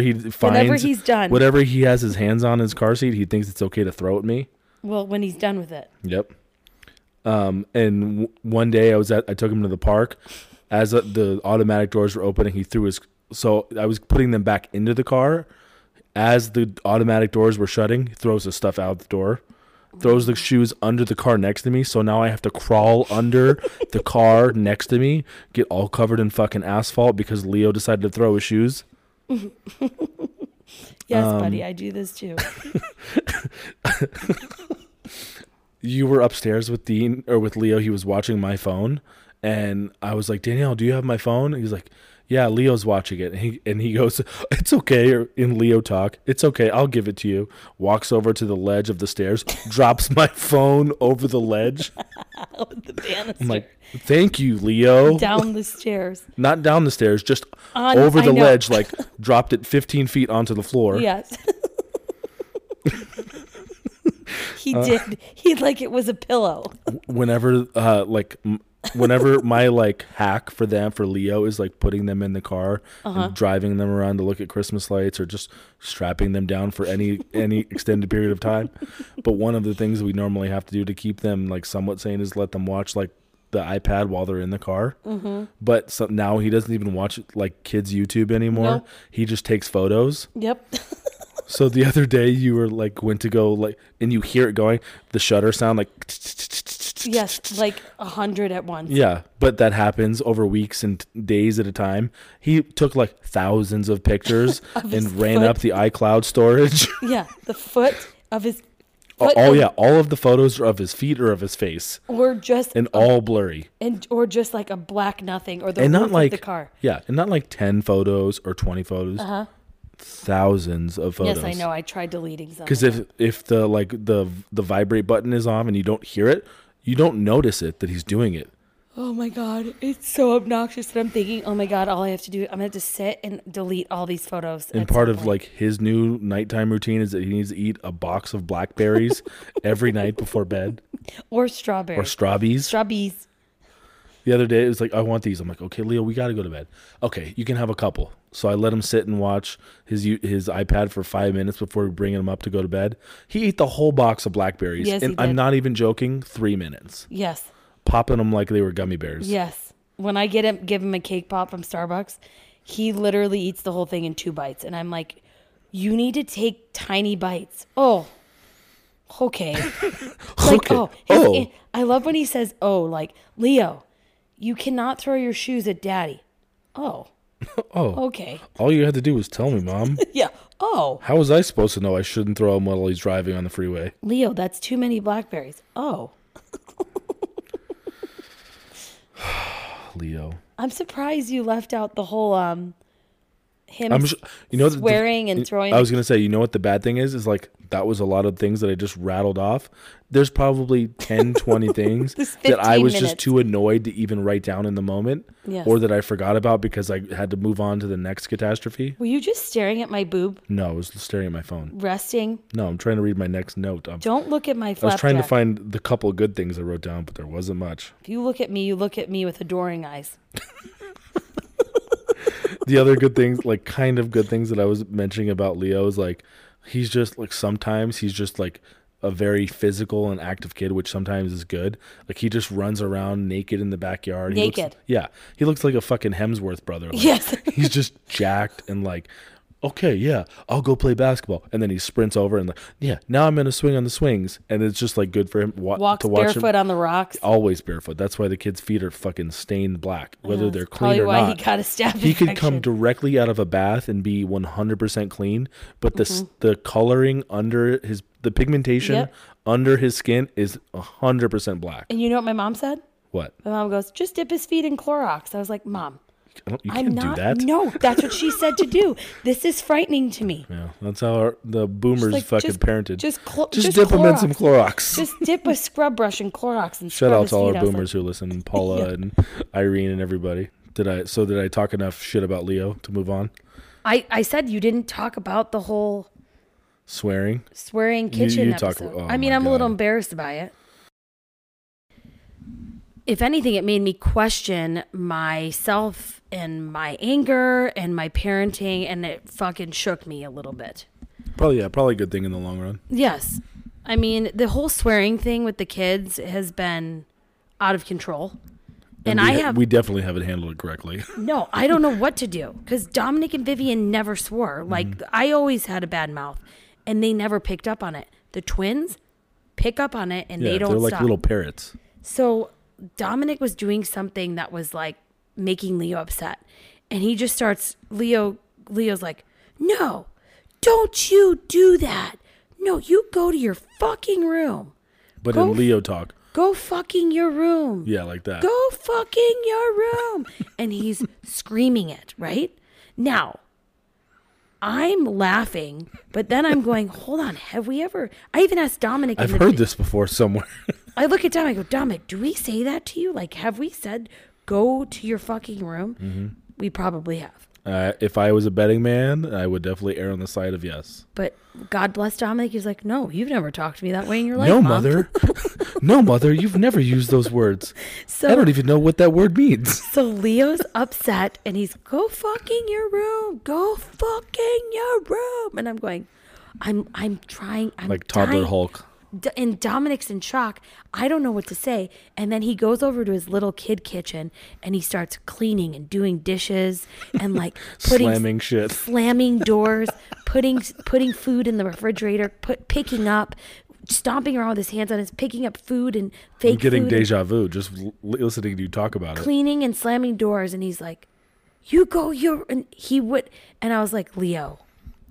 he finds,
he's done.
whatever he has his hands on his car seat, he thinks it's okay to throw at me.
Well, when he's done with it.
Yep. Um, and w- one day I was at, I took him to the park. As uh, the automatic doors were opening, he threw his. So I was putting them back into the car. As the automatic doors were shutting, he throws his stuff out the door, throws the shoes under the car next to me. So now I have to crawl under the car next to me, get all covered in fucking asphalt because Leo decided to throw his shoes.
Yes,
Um,
buddy, I do this too.
you were upstairs with Dean or with Leo. He was watching my phone, and I was like, Danielle, do you have my phone? He's like, Yeah, Leo's watching it. And he and he goes, It's okay. Or in Leo talk, it's okay. I'll give it to you. Walks over to the ledge of the stairs, drops my phone over the ledge.
Out the banister.
I'm like, Thank you, Leo.
down the stairs.
Not down the stairs, just
On-
over
I
the
know.
ledge. Like dropped it 15 feet onto the floor.
Yes. he
Uh.
did. He like it was a pillow.
whenever uh like m- whenever my like hack for them for leo is like putting them in the car
Uh-huh.
and driving them around to look at christmas lights or just strapping them down for any any extended period of time but one of the things we normally have to do to keep them like somewhat sane is let them watch like the ipad while they're in the car
Mm-hmm.
but so now he doesn't even watch like kids youtube anymore
Nope.
he just takes photos
Yep.
so the other day you were like went to go like and you hear it going the shutter sound like
yes, like a hundred at once.
Yeah, but that happens over weeks and days at a time. He took like thousands of pictures and
his
ran
foot.
up the iCloud storage.
Yeah, the foot of his
oh
foot
oh,
of-
yeah, all of the photos are of his feet or of his face,
or just
and all blurry,
and or just like a black nothing or the
and
roof
not like
of the car.
Yeah, and not like ten photos or twenty photos. Uh-huh. Thousands of photos.
Yes, I know. I tried deleting some.
Because if if the like the the vibrate button is off and you don't hear it, you don't notice it that he's doing it.
oh my god, it's so obnoxious that I'm thinking, oh my god, all I have to do, I'm gonna have to sit and delete all these photos.
And part of like his new nighttime routine is that he needs to eat a box of blackberries every night before bed
or strawberry,
or strawberries.
strawberries.
The other day it was like, I want these. I'm like, okay, Leo, we got to go to bed. Okay, you can have a couple. So I let him sit and watch his u- his iPad for five minutes before bringing him up to go to bed. He ate the whole box of blackberries,
Yes, he
and I'm
did.
not even joking. Three minutes,
Yes,
popping them like they were gummy bears.
yes. When I get him, give him a cake pop from Starbucks, he literally eats the whole thing in two bites, and I'm like, you need to take tiny bites. Oh, okay. Like,
Okay.
oh, his-
oh,
I love when he says, oh, like, Leo, You cannot throw your shoes at daddy. Oh,
Oh,
okay.
all you had to do was tell me, mom.
Yeah. Oh,
How was I supposed to know I shouldn't throw him while he's driving on the freeway?
Leo, that's too many blackberries. Oh,
Leo.
I'm surprised you left out the whole um him
I'm sh- you know the- the-
swearing and throwing.
I was gonna say, you know what the bad thing is? Is like that was a lot of things that I just rattled off. There's probably 10, 20 things
This
that I
15
was just
minutes.
too annoyed to even write down in the moment,
Yes.
or that I forgot about because I had to move on to the next catastrophe.
Were you just staring at my boob,
No, I was staring at my phone.
resting?
No, I'm trying to read my next note. I'm,
Don't look at my
I was
flapjack.
trying to find the couple good things I wrote down, but there wasn't much.
if you look at me, you look at me with adoring eyes.
the other good things, like kind of good things that I was mentioning about Leo is like he's just like sometimes he's just like a very physical and active kid, which sometimes is good. Like he just runs around naked in the backyard. He looks-
Naked.
yeah, he looks like a fucking Hemsworth brother. Like,
Yes.
he's just jacked and like. Okay, yeah, I'll go play basketball, and then he sprints over and like, yeah, now I'm gonna swing on the swings, and it's just like good for him wa-
Walks
to watch him
barefoot on the rocks.
always barefoot. That's why the kid's feet are fucking stained black, whether they're
probably
clean or
why he
not.
got a staph
He could come
infection.
directly out of a bath and be 100% clean, but the s the coloring under his the pigmentation
Mm-hmm. Yep.
under his skin is 100% black.
And you know what my mom said?
What?
My mom goes, just dip his feet in Clorox. I was like, Mom,
I don't, you
I'm
can't
not.
do that.
No, that's what she said to do. This is frightening to me.
Yeah, that's how our, the boomers
like,
fucking
just-
parented.
just clo-
just,
just
dip them in
Clorox.
some Clorox.
Just dip a scrub brush in Clorox and
Shout
scrub
out
his
to all
feet. I
our
was like,
boomers who listen, Paula and Irene and everybody. Did I? So did I talk enough shit about Leo to move on?
I, I said you didn't talk about the whole
Swearing.
swearing kitchen
you talk-
episode.
oh
I mean,
my
I'm a little
God.
embarrassed by it. If anything, it made me question myself and my anger and my parenting, and it fucking shook me a little bit.
Probably yeah. Probably a good thing in the long run.
Yes. I mean, the whole swearing thing with the kids has been out of control. And,
we
I
ha-
have
we definitely haven't handled it correctly.
no, I don't know what to do because Dominic and Vivian never
Mm-hmm.
swore. Like I always had a bad mouth, and they never picked up on it. The twins pick up on it, and
yeah,
they
they're
don't
like
stop.
little parrots.
So Dominic was doing something that was like making Leo upset. And he just starts Leo Leo's like, "No. Don't you do that. No, you go to your fucking room.
But
Go
in Leo talk,
Go fucking your room.
yeah, like that.
Go fucking your room." and he's screaming it, right? Now, I'm laughing, but then I'm going, "Hold on, have we ever I even asked Dominic in
I've
the
heard this before somewhere.
I look at Dom. I go, Dominic, do we say that to you? Like, have we said go to your fucking room?
Mm-hmm.
We probably have.
uh, if I was a betting man, I would definitely err on the side of yes.
But God bless Dominic. He's like, no, you've never talked to me that way in your life,
no,
Mom."
mother. no, mother. You've never used those words. I
So,
don't even know what that word means.
so Leo's upset, and he's go fucking your room, go fucking your room, and I'm going, I'm I'm trying, I'm
Like toddler
dying.
Hulk.
D- and Dominic's in shock. I don't know what to say. And then he goes over to his little kid kitchen and he starts cleaning and doing dishes and like putting
Slamming shit.
slamming doors, putting putting food in the refrigerator, put picking up, stomping around with his hands on his picking up food and fake
I'm getting
food and
deja vu just l- listening to you talk about it.
cleaning and slamming doors. And he's like, "You go, you." And he would. And I was like, "Leo,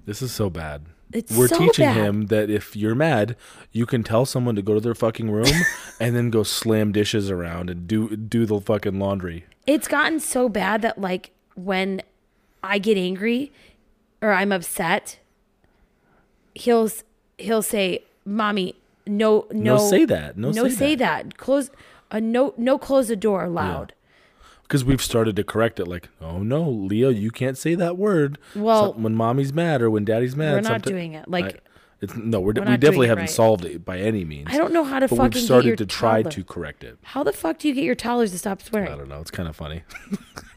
This is so bad.
It's
We're
so
teaching
bad.
him that if you're mad, you can tell someone to go to their fucking room and then go slam dishes around and do do the fucking laundry.
it's gotten so bad that like when I get angry or I'm upset, he'll s- he'll say, "Mommy, no, no,
No, say that. No,
no, say that. Close a no, no, close the door loud."
Because we've started to correct it. Like, oh no, Leo, you can't say that word.
Well-
Some- when mommy's mad or when daddy's mad,
We're not
someti-
doing it. Like,
I- it's no, we're, we
not doing
definitely
it
haven't
right.
solved it by any means.
I don't know how to
but
fucking
we've
get your
started to try
toddler.
to correct it.
How the fuck do you get your toddlers to stop
I
swearing?
don't know. It's kind of funny.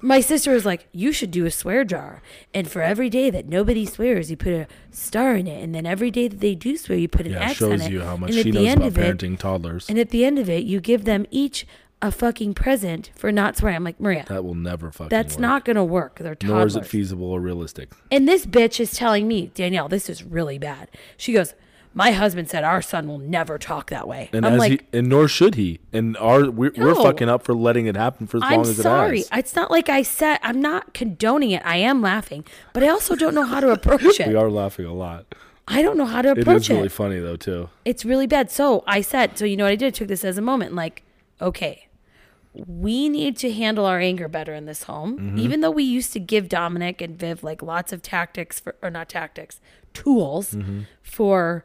My sister was like, "You should do a swear jar, and for every day that nobody swears, you put a star in it, and then every day that they do swear, you put an
Yeah, it
X on it."
shows you how much
and at
she
the
knows
end
about
of it,
parenting toddlers.
And at the end of it, you give them each a fucking present for not swearing. I'm like, Maria,
That will never fucking.
that's
work.
not going to work. They're toddlers.
Nor is it feasible or realistic.
and this bitch is telling me, Danielle, this is really bad. She goes, My husband said our son will never talk that way.
And
I'm
as
like,
he, and nor should he. And our we're, we're
No.
fucking up for letting it happen for as long
I'm
as
sorry.
it has.
It's not like I said I'm not condoning it. I am laughing, but I also don't know how to approach
we
it.
are laughing a lot.
I don't know how to
It
approach
is
it.
really funny though too.
It's really bad. So I said, so you know what I did? I took this as a moment, and like, okay, we need to handle our anger better in this home.
Mm-hmm.
Even though we used to give Dominic and Viv like lots of tactics for, or not tactics, tools
Mm-hmm.
for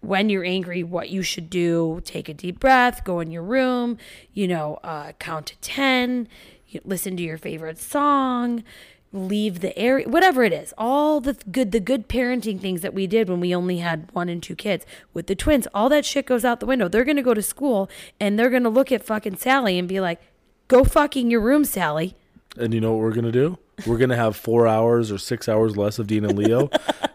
when you're angry, what you should do. Take a deep breath, go in your room, you know, uh, count to 10, you- listen to your favorite song. Leave the area, whatever it is, all the th- good, the good parenting things that we did when we only had one and two kids with the twins, all that shit goes out the window. They're gonna go to school and they're gonna look at fucking Sally and be like, "Go fucking your room, Sally."
And you know what we're gonna do? We're gonna have four hours or six hours less of Dean and Leo,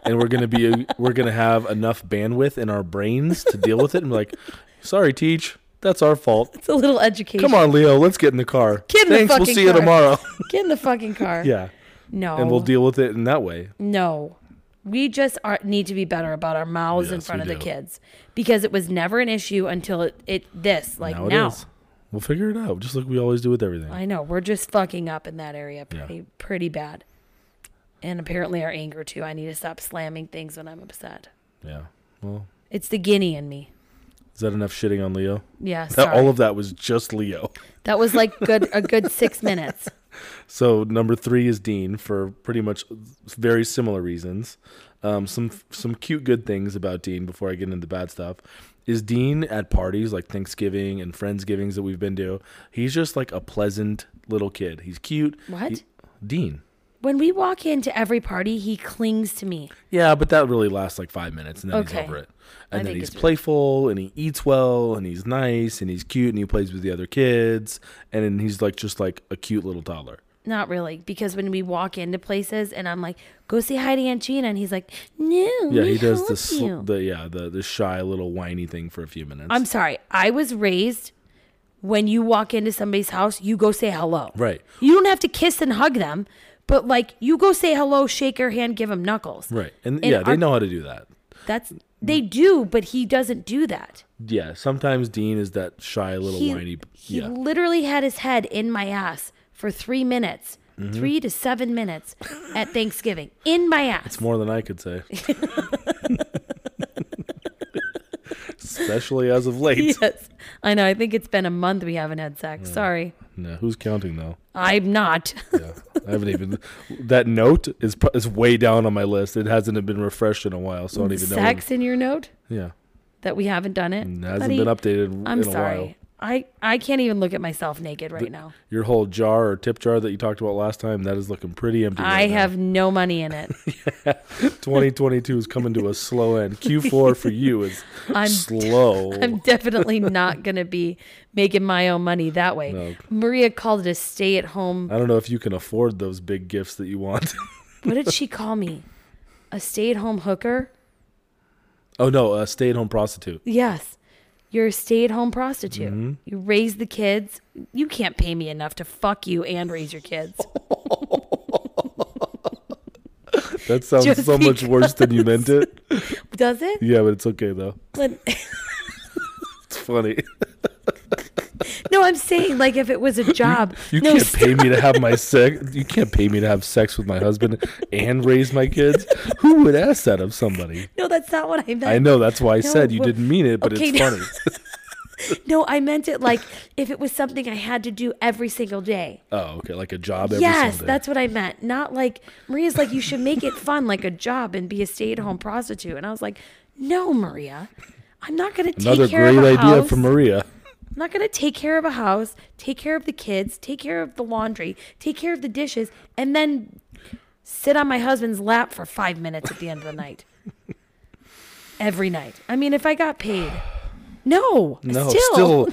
and we're gonna be we're gonna have enough bandwidth in our brains to deal with it. And be like, sorry, teach, that's our fault.
It's a little education.
Come on, Leo, let's get in the car.
Get in the
Thanks, we'll
fucking
see you
car." Oh.
tomorrow.
get in the fucking car.
yeah,
No.
and we'll deal with it in that way.
No. We just are, need to be better about our mouths in
Yes,
front
we
of the
do.
kids because it was never an issue until it, it this like
now
now.
it is. We'll figure it out, just like we always do with everything.
I know we're just fucking up in that area pretty pretty bad. And apparently our anger too. I need to stop slamming things when I'm upset.
yeah. Well,
It's the guinea in me.
is that enough shitting on Leo?
Yeah,
That,
sorry.
all of that was just Leo.
that was like good a good 6 minutes.
So number three is Dean for pretty much very similar reasons. Um, some some cute good things about Dean before I get into the bad stuff is Dean at parties like Thanksgiving and Friendsgivings that we've been to. He's just like a pleasant little kid. He's cute.
What?
He- Dean.
When we walk into every party, he clings to me.
Yeah, but that really lasts like five minutes, and then he's
Okay.
over it. And then
think
he's
it's-
playful, and he eats well, and he's nice, and he's cute, and he plays with the other kids, and then he's like just like a cute little toddler.
Not really, because when we walk into places and I'm like, "Go say hi to Aunt Gina," and he's like, "No,
Yeah,
let
he
me
does the,
help
sl-
you."
the yeah the the shy little whiny thing for a few minutes.
I'm sorry. I was raised when you walk into somebody's house, you go say hello.
Right.
You don't have to kiss and hug them, but like you go say hello, shake her hand, give him knuckles.
right, and,
And
yeah, they
our-
know how to do that.
That's they do, but he doesn't do that.
Yeah, sometimes Dean is that shy little
He,
whiny.
he
yeah,
literally had his head in my ass for three minutes,
Mm-hmm.
three to seven minutes at Thanksgiving in my ass.
more than I could say. Especially as of late.
Yes, I know. I think it's been a month we haven't had sex.
Mm.
Sorry,
No, who's counting though?
I'm not.
Yeah, I haven't even. That note is pu- is way down on my list. It hasn't been refreshed in a while, so I don't even
sex in your note
know. when-
that we haven't done it.
Yeah, it hasn't
Buddy,
been updated
I'm
Mm, in a
sorry.
while.
I I can't even look at myself naked right now.
Your whole jar or tip jar that you talked about last time that is looking pretty empty.
I
right now.
have no money in it.
2022 is coming to a slow end. Q4 for you is
I'm-
slow.
I'm definitely not going to be making my own money that way.
No.
Maria called it a stay at home.
I don't know if you can afford those big gifts that you want.
What did she call me? A stay at home hooker?
oh no, a stay-at-home prostitute.
Yes. You're a stay at home prostitute.
Mm-hmm.
You raise the kids. You can't pay me enough to fuck you and raise your kids.
That sounds
Just
so much worse than you meant it.
Does it?
Yeah, but it's okay though.
But-
It's funny.
no, I'm saying like if it was a job.
You
no,
can't pay me to have my sex. You can't pay me to have sex with my husband and raise my kids. Who would ask that of somebody?
no, that's not what I meant.
I know that's why I said you
Uh, well,
didn't mean it, but
okay,
it's
no.
funny.
No, I meant it like if it was something I had to do every single day.
Oh, okay, like a job every
yes,
Sunday.
that's what I meant. Not like Maria's like you should make it fun like a job and be a stay-at-home prostitute. And I was like, "No, Maria. I'm not going to take
Another
care
great
of a
idea
house.
for Maria.
I'm not going to take care of a house, take care of the kids, take care of the laundry, take care of the dishes, and then sit on my husband's lap for 5 minutes at the end of the night. Every night. I mean, if I got paid. No.
No, still,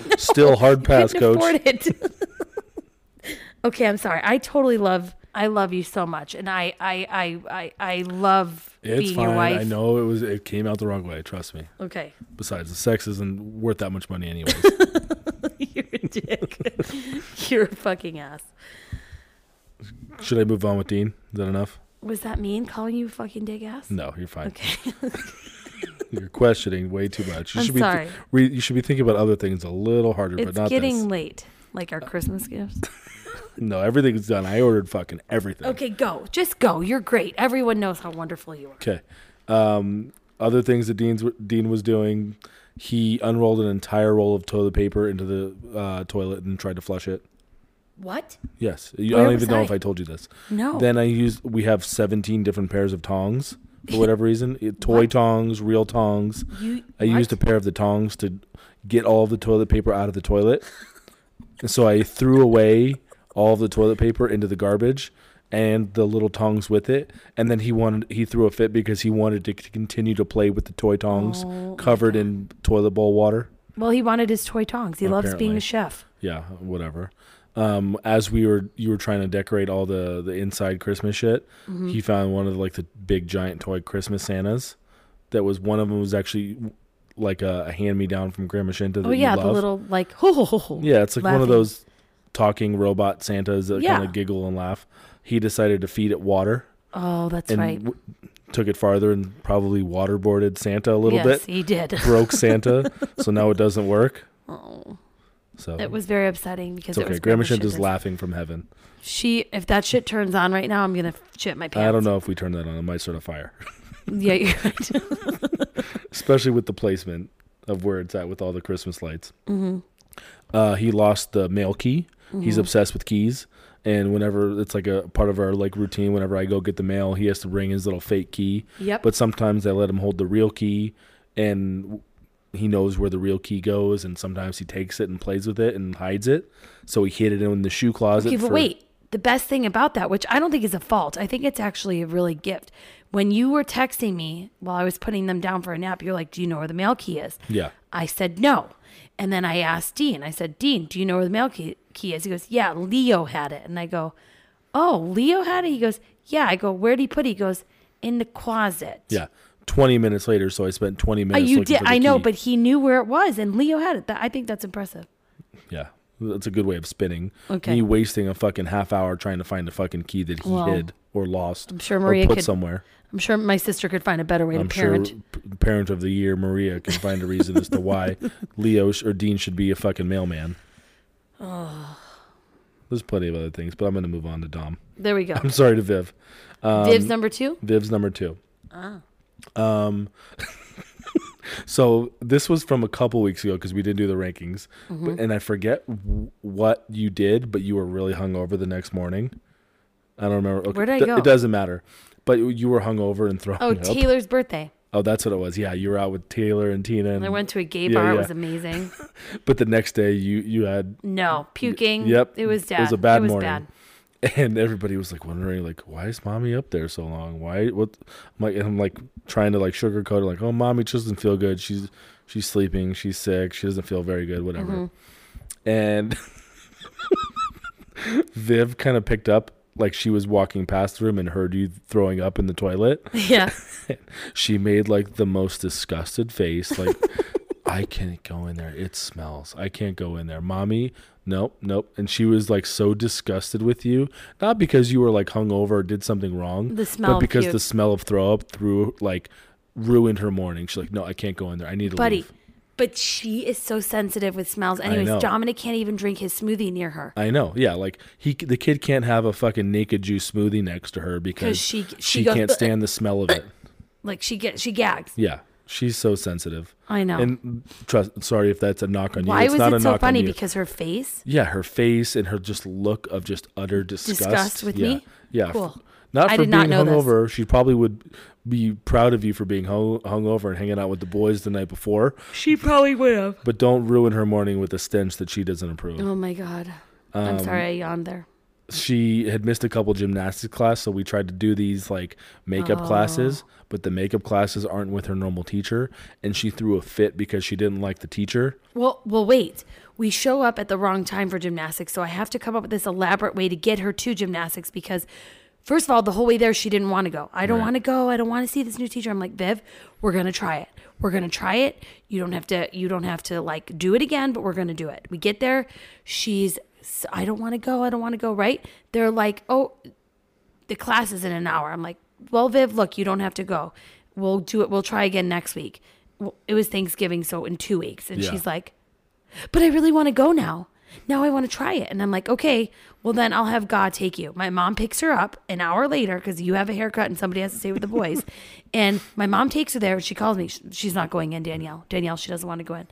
still, hard pass,
couldn't
coach.
afford it. okay, I'm sorry. I totally love. I love you so much, and I I I I, I love
It's
being
fine.
your wife.
I know it was. It came out the wrong way. Trust me.
Okay,
Besides, the sex isn't worth that much money, anyways.
you're a dick. you're a fucking ass.
Should I move on with Dean? Is that enough?
Was that mean calling you a fucking dick ass?
No, you're fine.
Okay.
You're questioning way too much. You
I'm
should be
sorry.
re- you should be thinking about other things a little harder,
It's
but not
getting
this.
late. Like our Christmas gifts.
No, everything's done. I ordered fucking everything.
Okay, go. Just go. You're great. Everyone knows how wonderful you are.
Okay. Um, other things that Dean's Dean was doing, he unrolled an entire roll of toilet paper into the uh, toilet and tried to flush it.
What?
Yes, You- I
Where
don't even
was
know
I?
if I told you this.
No.
Then I used. We have seventeen different pairs of tongs for whatever reason. It, toy
What?
tongs, real tongs.
You,
I used a
what?
pair of the tongs to get all the toilet paper out of the toilet. and so I threw away all the toilet paper into the garbage and the little tongs with it. And then he wanted he threw a fit because he wanted to c- continue to play with the toy tongs
Oh my
covered in toilet bowl water.
Well, he wanted his toy tongs. He loves being
Apparently.
a chef.
Yeah, whatever. Um, as we were you were trying to decorate all the the inside Christmas shit,
Mm-hmm.
he found one of like the big giant toy Christmas Santas. That was one of them was actually like a, a hand me down from Grandma Shinta. That
Oh
you
yeah, the
love.
little like ho ho ho ho.
Yeah, it's like one of
laughing.
those talking robot Santas that
Yeah.
kind of giggle and laugh. He decided to feed it water
Oh, that's
and
right.
w- took it farther and probably waterboarded Santa a little
yes,
bit.
he did.
Broke Santa, so now it doesn't work.
Oh,
So
it was very upsetting because
Um,
it
it's
was
okay. Grandma
Shinta's-
Shinta's laughing from heaven.
She, if that shit turns on right now, I'm gonna shit my pants.
I don't know if we turn that on; it might start a fire,
Yeah, you're right.
especially with the placement of where it's at with all the Christmas lights.
mm-hmm.
Uh, he lost the mail key. He's obsessed with keys. And whenever it's like a part of our like routine, whenever I go get the mail, he has to bring his little fake key.
Yep.
But sometimes I let him hold the real key, and w- he knows where the real key goes. And sometimes he takes it and plays with it and hides it. So he hid it in the shoe closet.
Okay, but
for-
wait. The best thing about that, which I don't think is a fault, I think it's actually a really gift. When you were texting me while I was putting them down for a nap, you're like, "Do you know where the mail key is?"
Yeah.
I said no. And then I asked Dean, I said, Dean, do you know where the mail key, key is? He goes, Yeah, Leo had it. And I go, Oh, Leo had it? He goes, Yeah. I go, Where'd he put it? He goes, In the closet.
Yeah. Twenty minutes later, so I spent twenty
Uh,
minutes.
you
looking
did.
for the
I know,
key.
but he knew where it was, and Leo had it. That, I think that's impressive.
Yeah. That's a good way of spinning.
Okay.
Me wasting a fucking half hour trying to find a fucking key that he
Well,
hid or lost. I'm
sure
or
Maria
put
could
somewhere.
I'm sure my sister could find a better way
I'm
to parent.
sure p- parent of the year Maria can find a reason as to why Leo sh- or Dean should be a fucking mailman. There's plenty of other things, but I'm going to move on to Dom.
There we go.
I'm sorry to Viv. Um,
Div's number two.
Viv's number two.
Ah.
Um, so this was from a couple weeks ago because we didn't do the rankings,
Mm-hmm.
but, and I forget w- what you did, but you were really hungover the next morning. I don't remember. Okay.
Where'd I
th-
go?
It doesn't matter. But you- you were hungover and throwing
Oh,
up.
Taylor's birthday.
oh, that's what it was. Yeah, you were out with Taylor and Tina. And,
I went to a gay
Yeah,
bar. It
yeah.
was amazing.
but the next day, you you had
No, puking.
Yep.
It was
It
dad.
was a bad
it was
morning.
Bad.
and everybody was like wondering like why is mommy up there so long why what I'm like and i'm like trying to like sugarcoat it like oh mommy just doesn't feel good she's she's sleeping she's sick she doesn't feel very good whatever and viv kind of picked up like she was walking past the room and heard you throwing up in the toilet
Yeah.
she made like the most disgusted face like i can't go in there it smells i can't go in there mommy nope nope and she was like so disgusted with you not because you were like hungover or did something wrong
The smell
but
of
because
puke.
the smell of throw up through like ruined her morning she's like no i can't go in there i need to
buddy.
leave
But she is so sensitive with smells.
know.
Anyways, Dominic can't even drink his smoothie near her.
I know, yeah. Like he, the kid can't have a fucking naked juice smoothie next to her because
she- she
she
goes,
can't stand the smell of it.
Like she get she gags.
Yeah, she's so sensitive.
I know.
And trust, sorry if that's a knock on
Oh. Why
you. It's
was
not a
it so
knock
funny?
on you.
Because her face.
yeah, her face and her just look of just utter disgust.
Disgust with
yeah.
me?
Yeah.
Cool.
Not
I
for
did not
being
know this.
hungover. She probably would be proud of you for being hung hungover and hanging out with the boys the night before.
She probably would have.
But don't ruin her morning with a stench that she doesn't approve.
Oh my god.
Um,
I'm sorry I yawned there.
she had missed a couple gymnastics class, so we tried to do these like makeup classes, but the makeup classes aren't with her normal teacher, and she threw a fit because she didn't like the teacher.
Well, well, wait. We show up at the wrong time for gymnastics, so I have to come up with this elaborate way to get her to gymnastics because, first of all, the whole way there she didn't want to go. I don't
Right.
want to go. I don't want to see this new teacher. I'm like, Viv, we're gonna try it. We're gonna try it. You don't have to. You don't have to like do it again, but we're gonna do it. We get there. She's. s- I don't want to go. I don't want to go. Right? They're like, oh, the class is in an hour. I'm like, well, Viv, look, you don't have to go. We'll do it. We'll try again next week. well, it was Thanksgiving, so in two weeks. And
Yeah.
she's like, but I really want to go now. Now I want to try it. And I'm like, okay, well, then I'll have God take you. My mom picks her up an hour later because you have a haircut and somebody has to stay with the boys. and my mom takes her there and she calls me. Sh- She's not going in, Danielle. Danielle, she doesn't want to go in.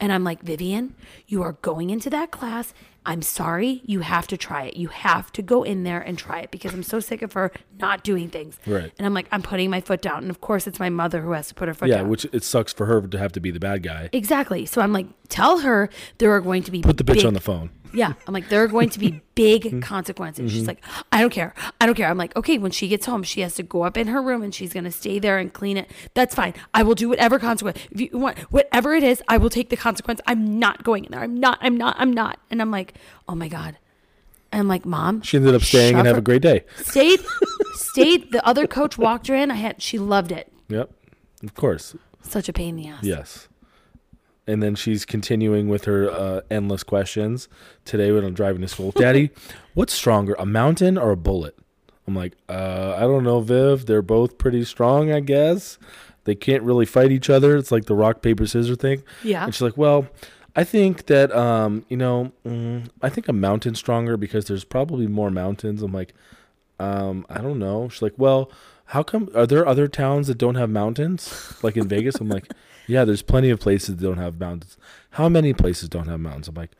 And I'm like, Vivian, you are going into that class. I'm sorry. You have to try it. You have to go in there and try it because I'm so sick of her not doing things.
Right.
And I'm like, I'm putting my foot down. And of course, it's my mother who has to put her foot
Yeah,
down.
which it sucks for her to have to be the bad guy.
Exactly. So I'm like, tell her there are going to be
Put the bitch on the phone.
yeah. I'm like, there are going to be
Mm-hmm.
big consequences. She's like, I don't care. I don't care. I'm like, okay. When she gets home, she has to go up in her room and she's gonna stay there and clean it. That's fine. I will do whatever consequence. If you want whatever it is, I will take the consequence. I'm not going in there. I'm not. I'm not. I'm not. And I'm like, oh my god. And I'm like, mom.
She ended up staying
shove
and have
her-
a great day.
stayed. stayed. The other coach walked her in. I had. She loved it.
Yep. Of course.
Such a pain in the ass.
Yes. And then she's continuing with her uh, endless questions. Today, when I'm driving to school, Daddy, what's stronger, a mountain or a bullet? I'm like, uh, I don't know, Viv. They're both pretty strong, I guess. They can't really fight each other. It's like the rock, paper, scissors thing.
Yeah.
And she's like, Well, I think that, um, you know, mm, I think a mountain's stronger because there's probably more mountains. I'm like, um, I don't know. She's like, well, how come are there other towns that don't have mountains? Like in Vegas, I'm like, yeah, there's plenty of places that don't have mountains. How many places don't have mountains? I'm like,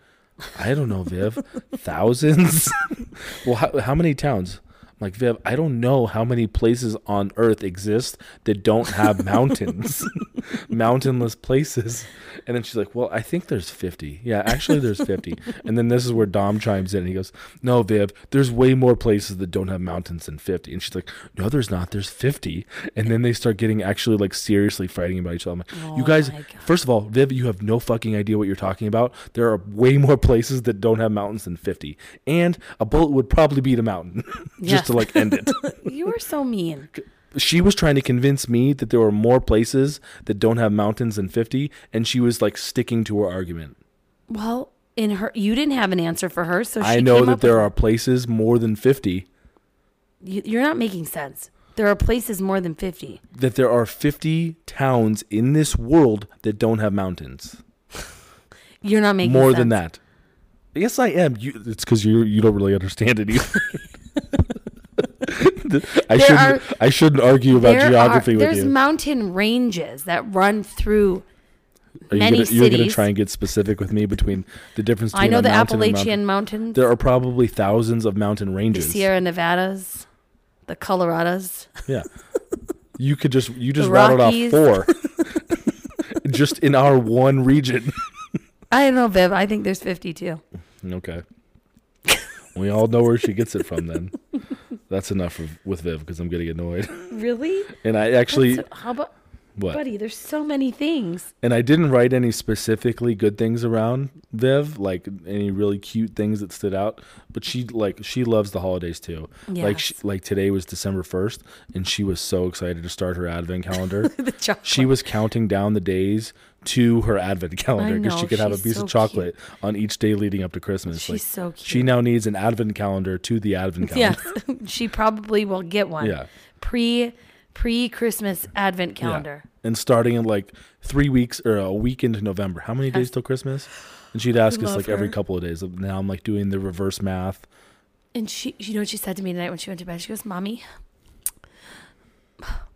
I don't know, Viv. Thousands. well, how, how many towns? I'm like, Viv, I don't know how many places on Earth exist that don't have mountains, mountainless places. And then she's like, Well, I think there's 50. Yeah, actually, there's 50. and then this is where Dom chimes in and he goes, No, Viv, there's way more places that don't have mountains than 50. And she's like, No, there's not. There's 50. And then they start getting actually like seriously fighting about each other. I'm like, You
Oh
guys,
my God.
First of all, Viv, you have no fucking idea what you're talking about. There are way more places that don't have mountains than 50. And a bullet would probably beat a mountain
Yeah.
just to like end it.
You were so mean.
she was trying to convince me that there were more places that don't have mountains than 50, and she was like sticking to her argument.
Well, in her, you didn't have an answer for her, so she
I know
came up
that there
with-
are places more than 50,
You, you're not making sense. There are places more than fifty.
that there are 50 towns in this world that don't have mountains.
You're not making
more
sense.
than that. Yes, I am. You, it's because you you don't really understand it either. I
There
shouldn't
are-
I shouldn't argue about
There
geography
are,
with
there's
you.
mountain ranges that run through.
are you
many
gonna, you're gonna
cities.
try and get specific with me between the difference between
I know
a
the
mountain and mountain.
Appalachian Mountains,
There are probably thousands of mountain
the
ranges.
Sierra Nevadas, the Coloradas.
Yeah. You could just you just
The
rattled off
Rockies.
four. just in our one region.
I don't know, Viv. I think there's fifty-two.
Okay. we all know where she gets it from then. That's enough of, with Viv because I'm getting annoyed.
Really?
And I actually
So, how about,
what?
buddy? There's so many things.
And I didn't write any specifically good things around Viv, like any really cute things that stood out. But she like she loves the holidays too. Like she,
Yes.
like today was December first, and she was so excited to start her advent calendar.
The chocolate.
she was counting down the days to her advent calendar because she
know,
could have a
she's
piece
so
of chocolate on each day leading up to Christmas.
She's so cute.
She now needs an advent calendar to the advent
Yes,
calendar.
she probably will get one.
Yeah.
Pre pre Christmas Advent
Yeah.
calendar.
And starting in like three weeks or a week into November. How many days till Christmas? And she'd ask us
Love
like every
her.
couple of days. Now I'm like doing the reverse math.
And she, you know what she said to me tonight when she went to bed? She goes, Mommy,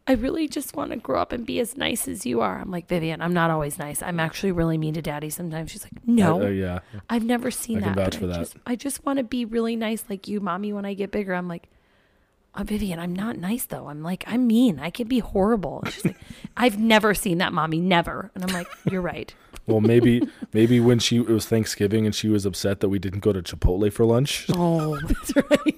I really just want to grow up and be as nice as you are. I'm like, Vivian, I'm not always nice. I'm actually really mean to daddy sometimes. She's like, No,
Uh, uh, yeah.
I've never seen
I
that.
can
but
vouch for
I
that."
Just, I just want to be really nice like you, Mommy, when I get bigger. I'm like, Oh, Vivian, I'm not nice though. I'm like, I'm mean. I could be horrible. And she's like, I've never seen that, Mommy, never. And I'm like, You're right.
Well, maybe maybe when she it was Thanksgiving and she was upset that we didn't go to Chipotle for lunch.
Oh, that's right.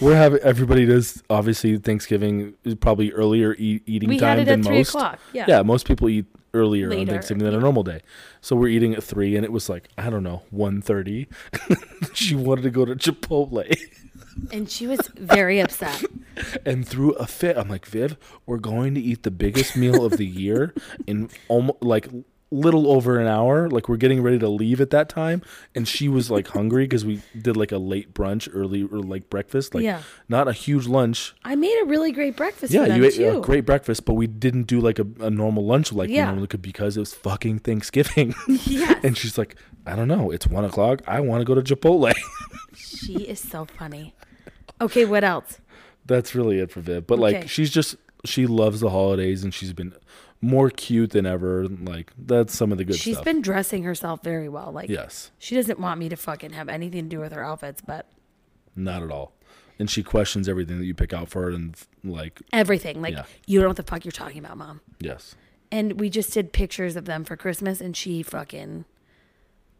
We're having everybody does obviously Thanksgiving is probably earlier e- eating
We
time
had it
than
at three
most.
o'clock. Yeah.
yeah, most people eat earlier on
Later,
Thanksgiving than a normal day. So we're eating at three, and it was like I don't know, 1.30. she wanted to go to Chipotle.
And she was very upset.
and threw a fit. I'm like, Viv, we're going to eat the biggest meal of the year in almost like little over an hour. Like we're getting ready to leave at that time, and she was like hungry because we did like a late brunch, early or like breakfast. Like
Yeah.
not a huge lunch.
I made a really great breakfast. for
Yeah,
them
you ate
too.
a great breakfast, but we didn't do like a, a normal lunch like
Yeah.
we normally could because it was fucking Thanksgiving.
Yes.
and she's like, I don't know, it's one o'clock. I want to go to Chipotle.
She is so funny. Okay, what else?
That's really it for Viv. But
Okay.
like she's just she loves the holidays and she's been more cute than ever. Like that's some of the good
She's
stuff.
been dressing herself very well. Like
yes.
she doesn't want me to fucking have anything to do with her outfits, but
Not at all. And she questions everything that you pick out for her and like
everything. Like
Yeah.
you don't know what the fuck you're talking about, mom.
yes.
And we just did pictures of them for Christmas and she fucking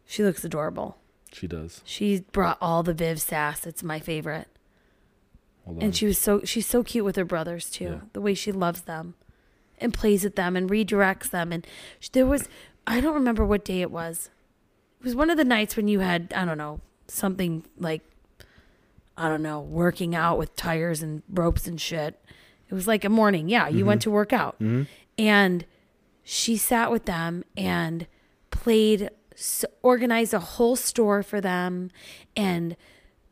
she looks adorable.
She does.
She brought all the Viv sass. It's my favorite.
Hold on.
And she was so she's so cute with her brothers too.
Yeah.
The way she loves them and plays at them and redirects them and sh- there was I don't remember what day it was. It was one of the nights when you had I don't know something like I don't know working out with tires and ropes and shit. It was like a morning. Yeah, you went
Mm-hmm.
to work out. And she sat with them and played s organized a whole store for them and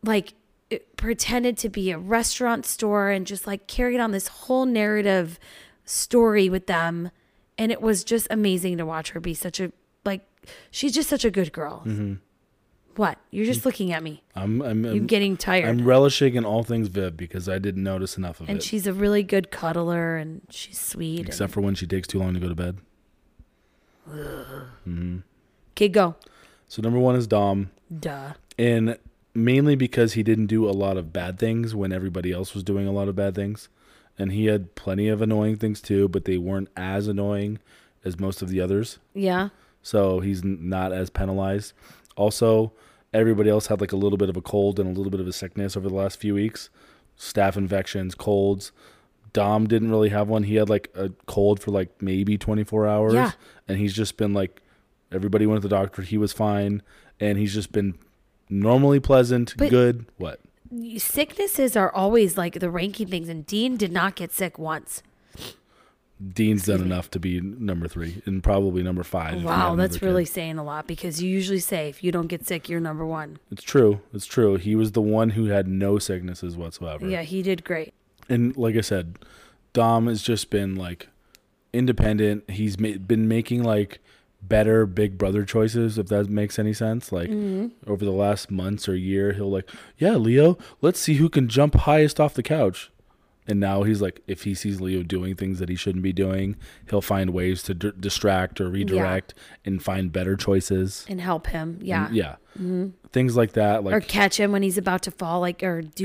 like it pretended to be a restaurant store and just like carried on this whole narrative story with them and it was just amazing to watch her be such a like she's just such a good girl what you're just looking at me
I'm I'm
you're
Mm-hmm. Mm. I'm,
getting tired
I'm relishing in all things Viv because I didn't notice enough of
and
it.
she's a really good cuddler and she's sweet and-
Except for when she takes too long to go to bed.
okay go
So number one is Dom.
duh
and mainly because he didn't do a lot of bad things when everybody else was doing a lot of bad things and he had plenty of annoying things too but they weren't as annoying as most of the others
yeah
so he's n- not as penalized also everybody else had like a little bit of a cold and a little bit of a sickness over the last few weeks staph infections colds dom didn't really have one he had like a cold for like maybe 24 hours
Yeah.
and he's just been like everybody went to the doctor he was fine and he's just been normally pleasant
But-
good what
sicknesses are always like the ranking things and dean did not get sick once
dean's done enough to be number three and probably number five if we had
wow that's
another
really
kid.
saying a lot because you usually say if you don't get sick you're number one
it's true it's true he was the one who had no sicknesses whatsoever
yeah he did great
and like I said, Dom has just been like independent. He's ma- been making like better big brother choices, if that makes any sense. Like over the last months or year, he'll like, yeah, Leo, let's see who can jump highest off the couch. And now he's like, if he sees Leo doing things that he shouldn't be doing, he'll find ways to d- distract or redirect and find better choices.
and help him yeah
Yeah, things like that. Like
or catch him when he's about to fall like or do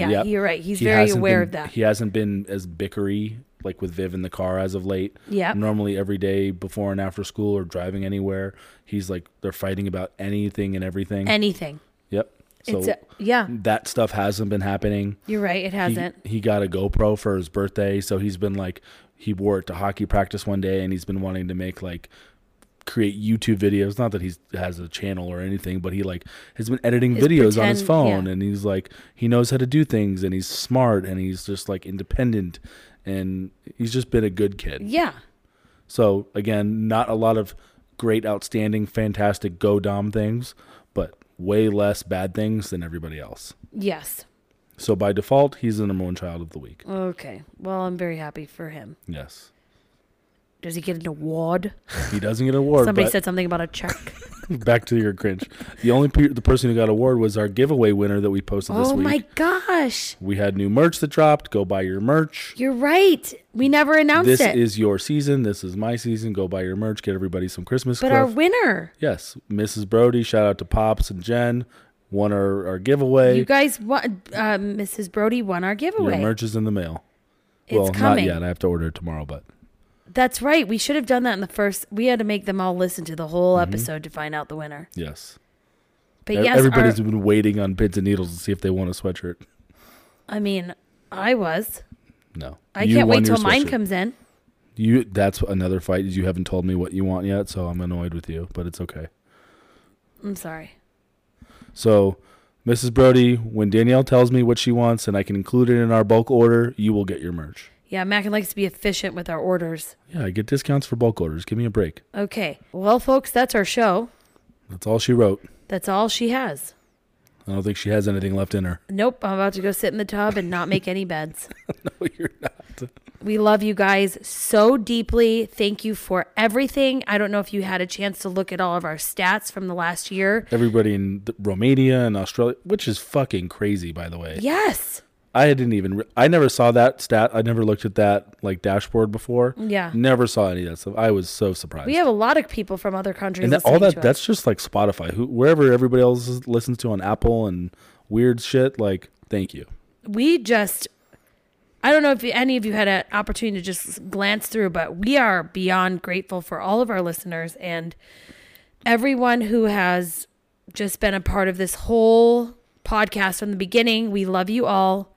something yeah
yep.
you're right he's
He
very
hasn't
aware
been-
of that
He hasn't been as bickery like with Viv in the car as of late.
Yep.
Normally every day before and after school or driving anywhere, he's like they're fighting about anything and everything.
anything
yep. So
it's a, yeah
that stuff hasn't been happening.
you're right it
He,
hasn't
he got a GoPro for his birthday, so he's been like he wore it to hockey practice one day and he's been wanting to make like create YouTube videos. Not that he has a channel or anything, but he like has been editing
His
videos on his
pretend-
phone,
yeah.
and he's like he knows how to do things, and he's smart, and he's just like independent, and he's just been a good kid.
yeah
So again, not a lot of great, outstanding, fantastic go dom things, but way less bad things than everybody else.
yes
So by default, he's the number one child of the week.
Mm. okay well i'm very happy for him
Yes,
does he get an award
he doesn't get an award.
somebody
but-
said something about a check
Back to your cringe. The only pe- the person who got award was our giveaway winner that we posted this
oh
week.
my gosh
We had new merch that dropped. Go buy your merch.
you're right we never announced
This
it
is your season. This is my season. Go buy your merch. Get everybody some Christmas
but
stuff.
our winner
yes, Mrs. Brody. Shout out to Pops and Jen. Won our, our giveaway.
you guys won uh, mrs brody won our
your
giveaway
merch is in the mail.
It's
well,
coming.
not yet. I have to order it tomorrow, but
that's right we should have done that in the first we had to make them all listen to the whole episode to find out the winner
yes.
but
Mm-hmm. E-
yes
Everybody's
our,
been waiting on pins and needles to see if they want a sweatshirt.
i mean i was
No.
I
You
can't
won
wait
your
till mine
sweatshirt.
comes in.
You that's another fight. is You haven't told me what you want yet, so I'm annoyed with you, but it's okay.
I'm sorry.
So, Mrs. Brody, when Danielle tells me what she wants and I can include it in our bulk order, you will get your merch.
Yeah, Mackin likes to be efficient with our orders.
Yeah, I get discounts for bulk orders. Give me a break.
Okay. Well, folks, that's our show.
That's all she wrote.
That's all she has.
I don't think she has anything left in her.
Nope, I'm about to go sit in the tub and not make any beds.
No, you're not.
We love you guys so deeply. Thank you for everything. I don't know if you had a chance to look at all of our stats from the last year.
Everybody in th- Romania and Australia, which is fucking crazy, by the way.
Yes.
I didn't even. Re- I never saw that stat. I never looked at that like dashboard before.
Yeah.
Never saw any of that stuff. I was so surprised.
We have a lot of people from other countries.
and that, all
listening
that.
to us.
That's just like Spotify. Who, wherever everybody else is- listens to on Apple and weird shit. Like, thank you.
we just I don't know if any of you had an opportunity to just glance through, but we are beyond grateful for all of our listeners and everyone who has just been a part of this whole podcast from the beginning. We love you all.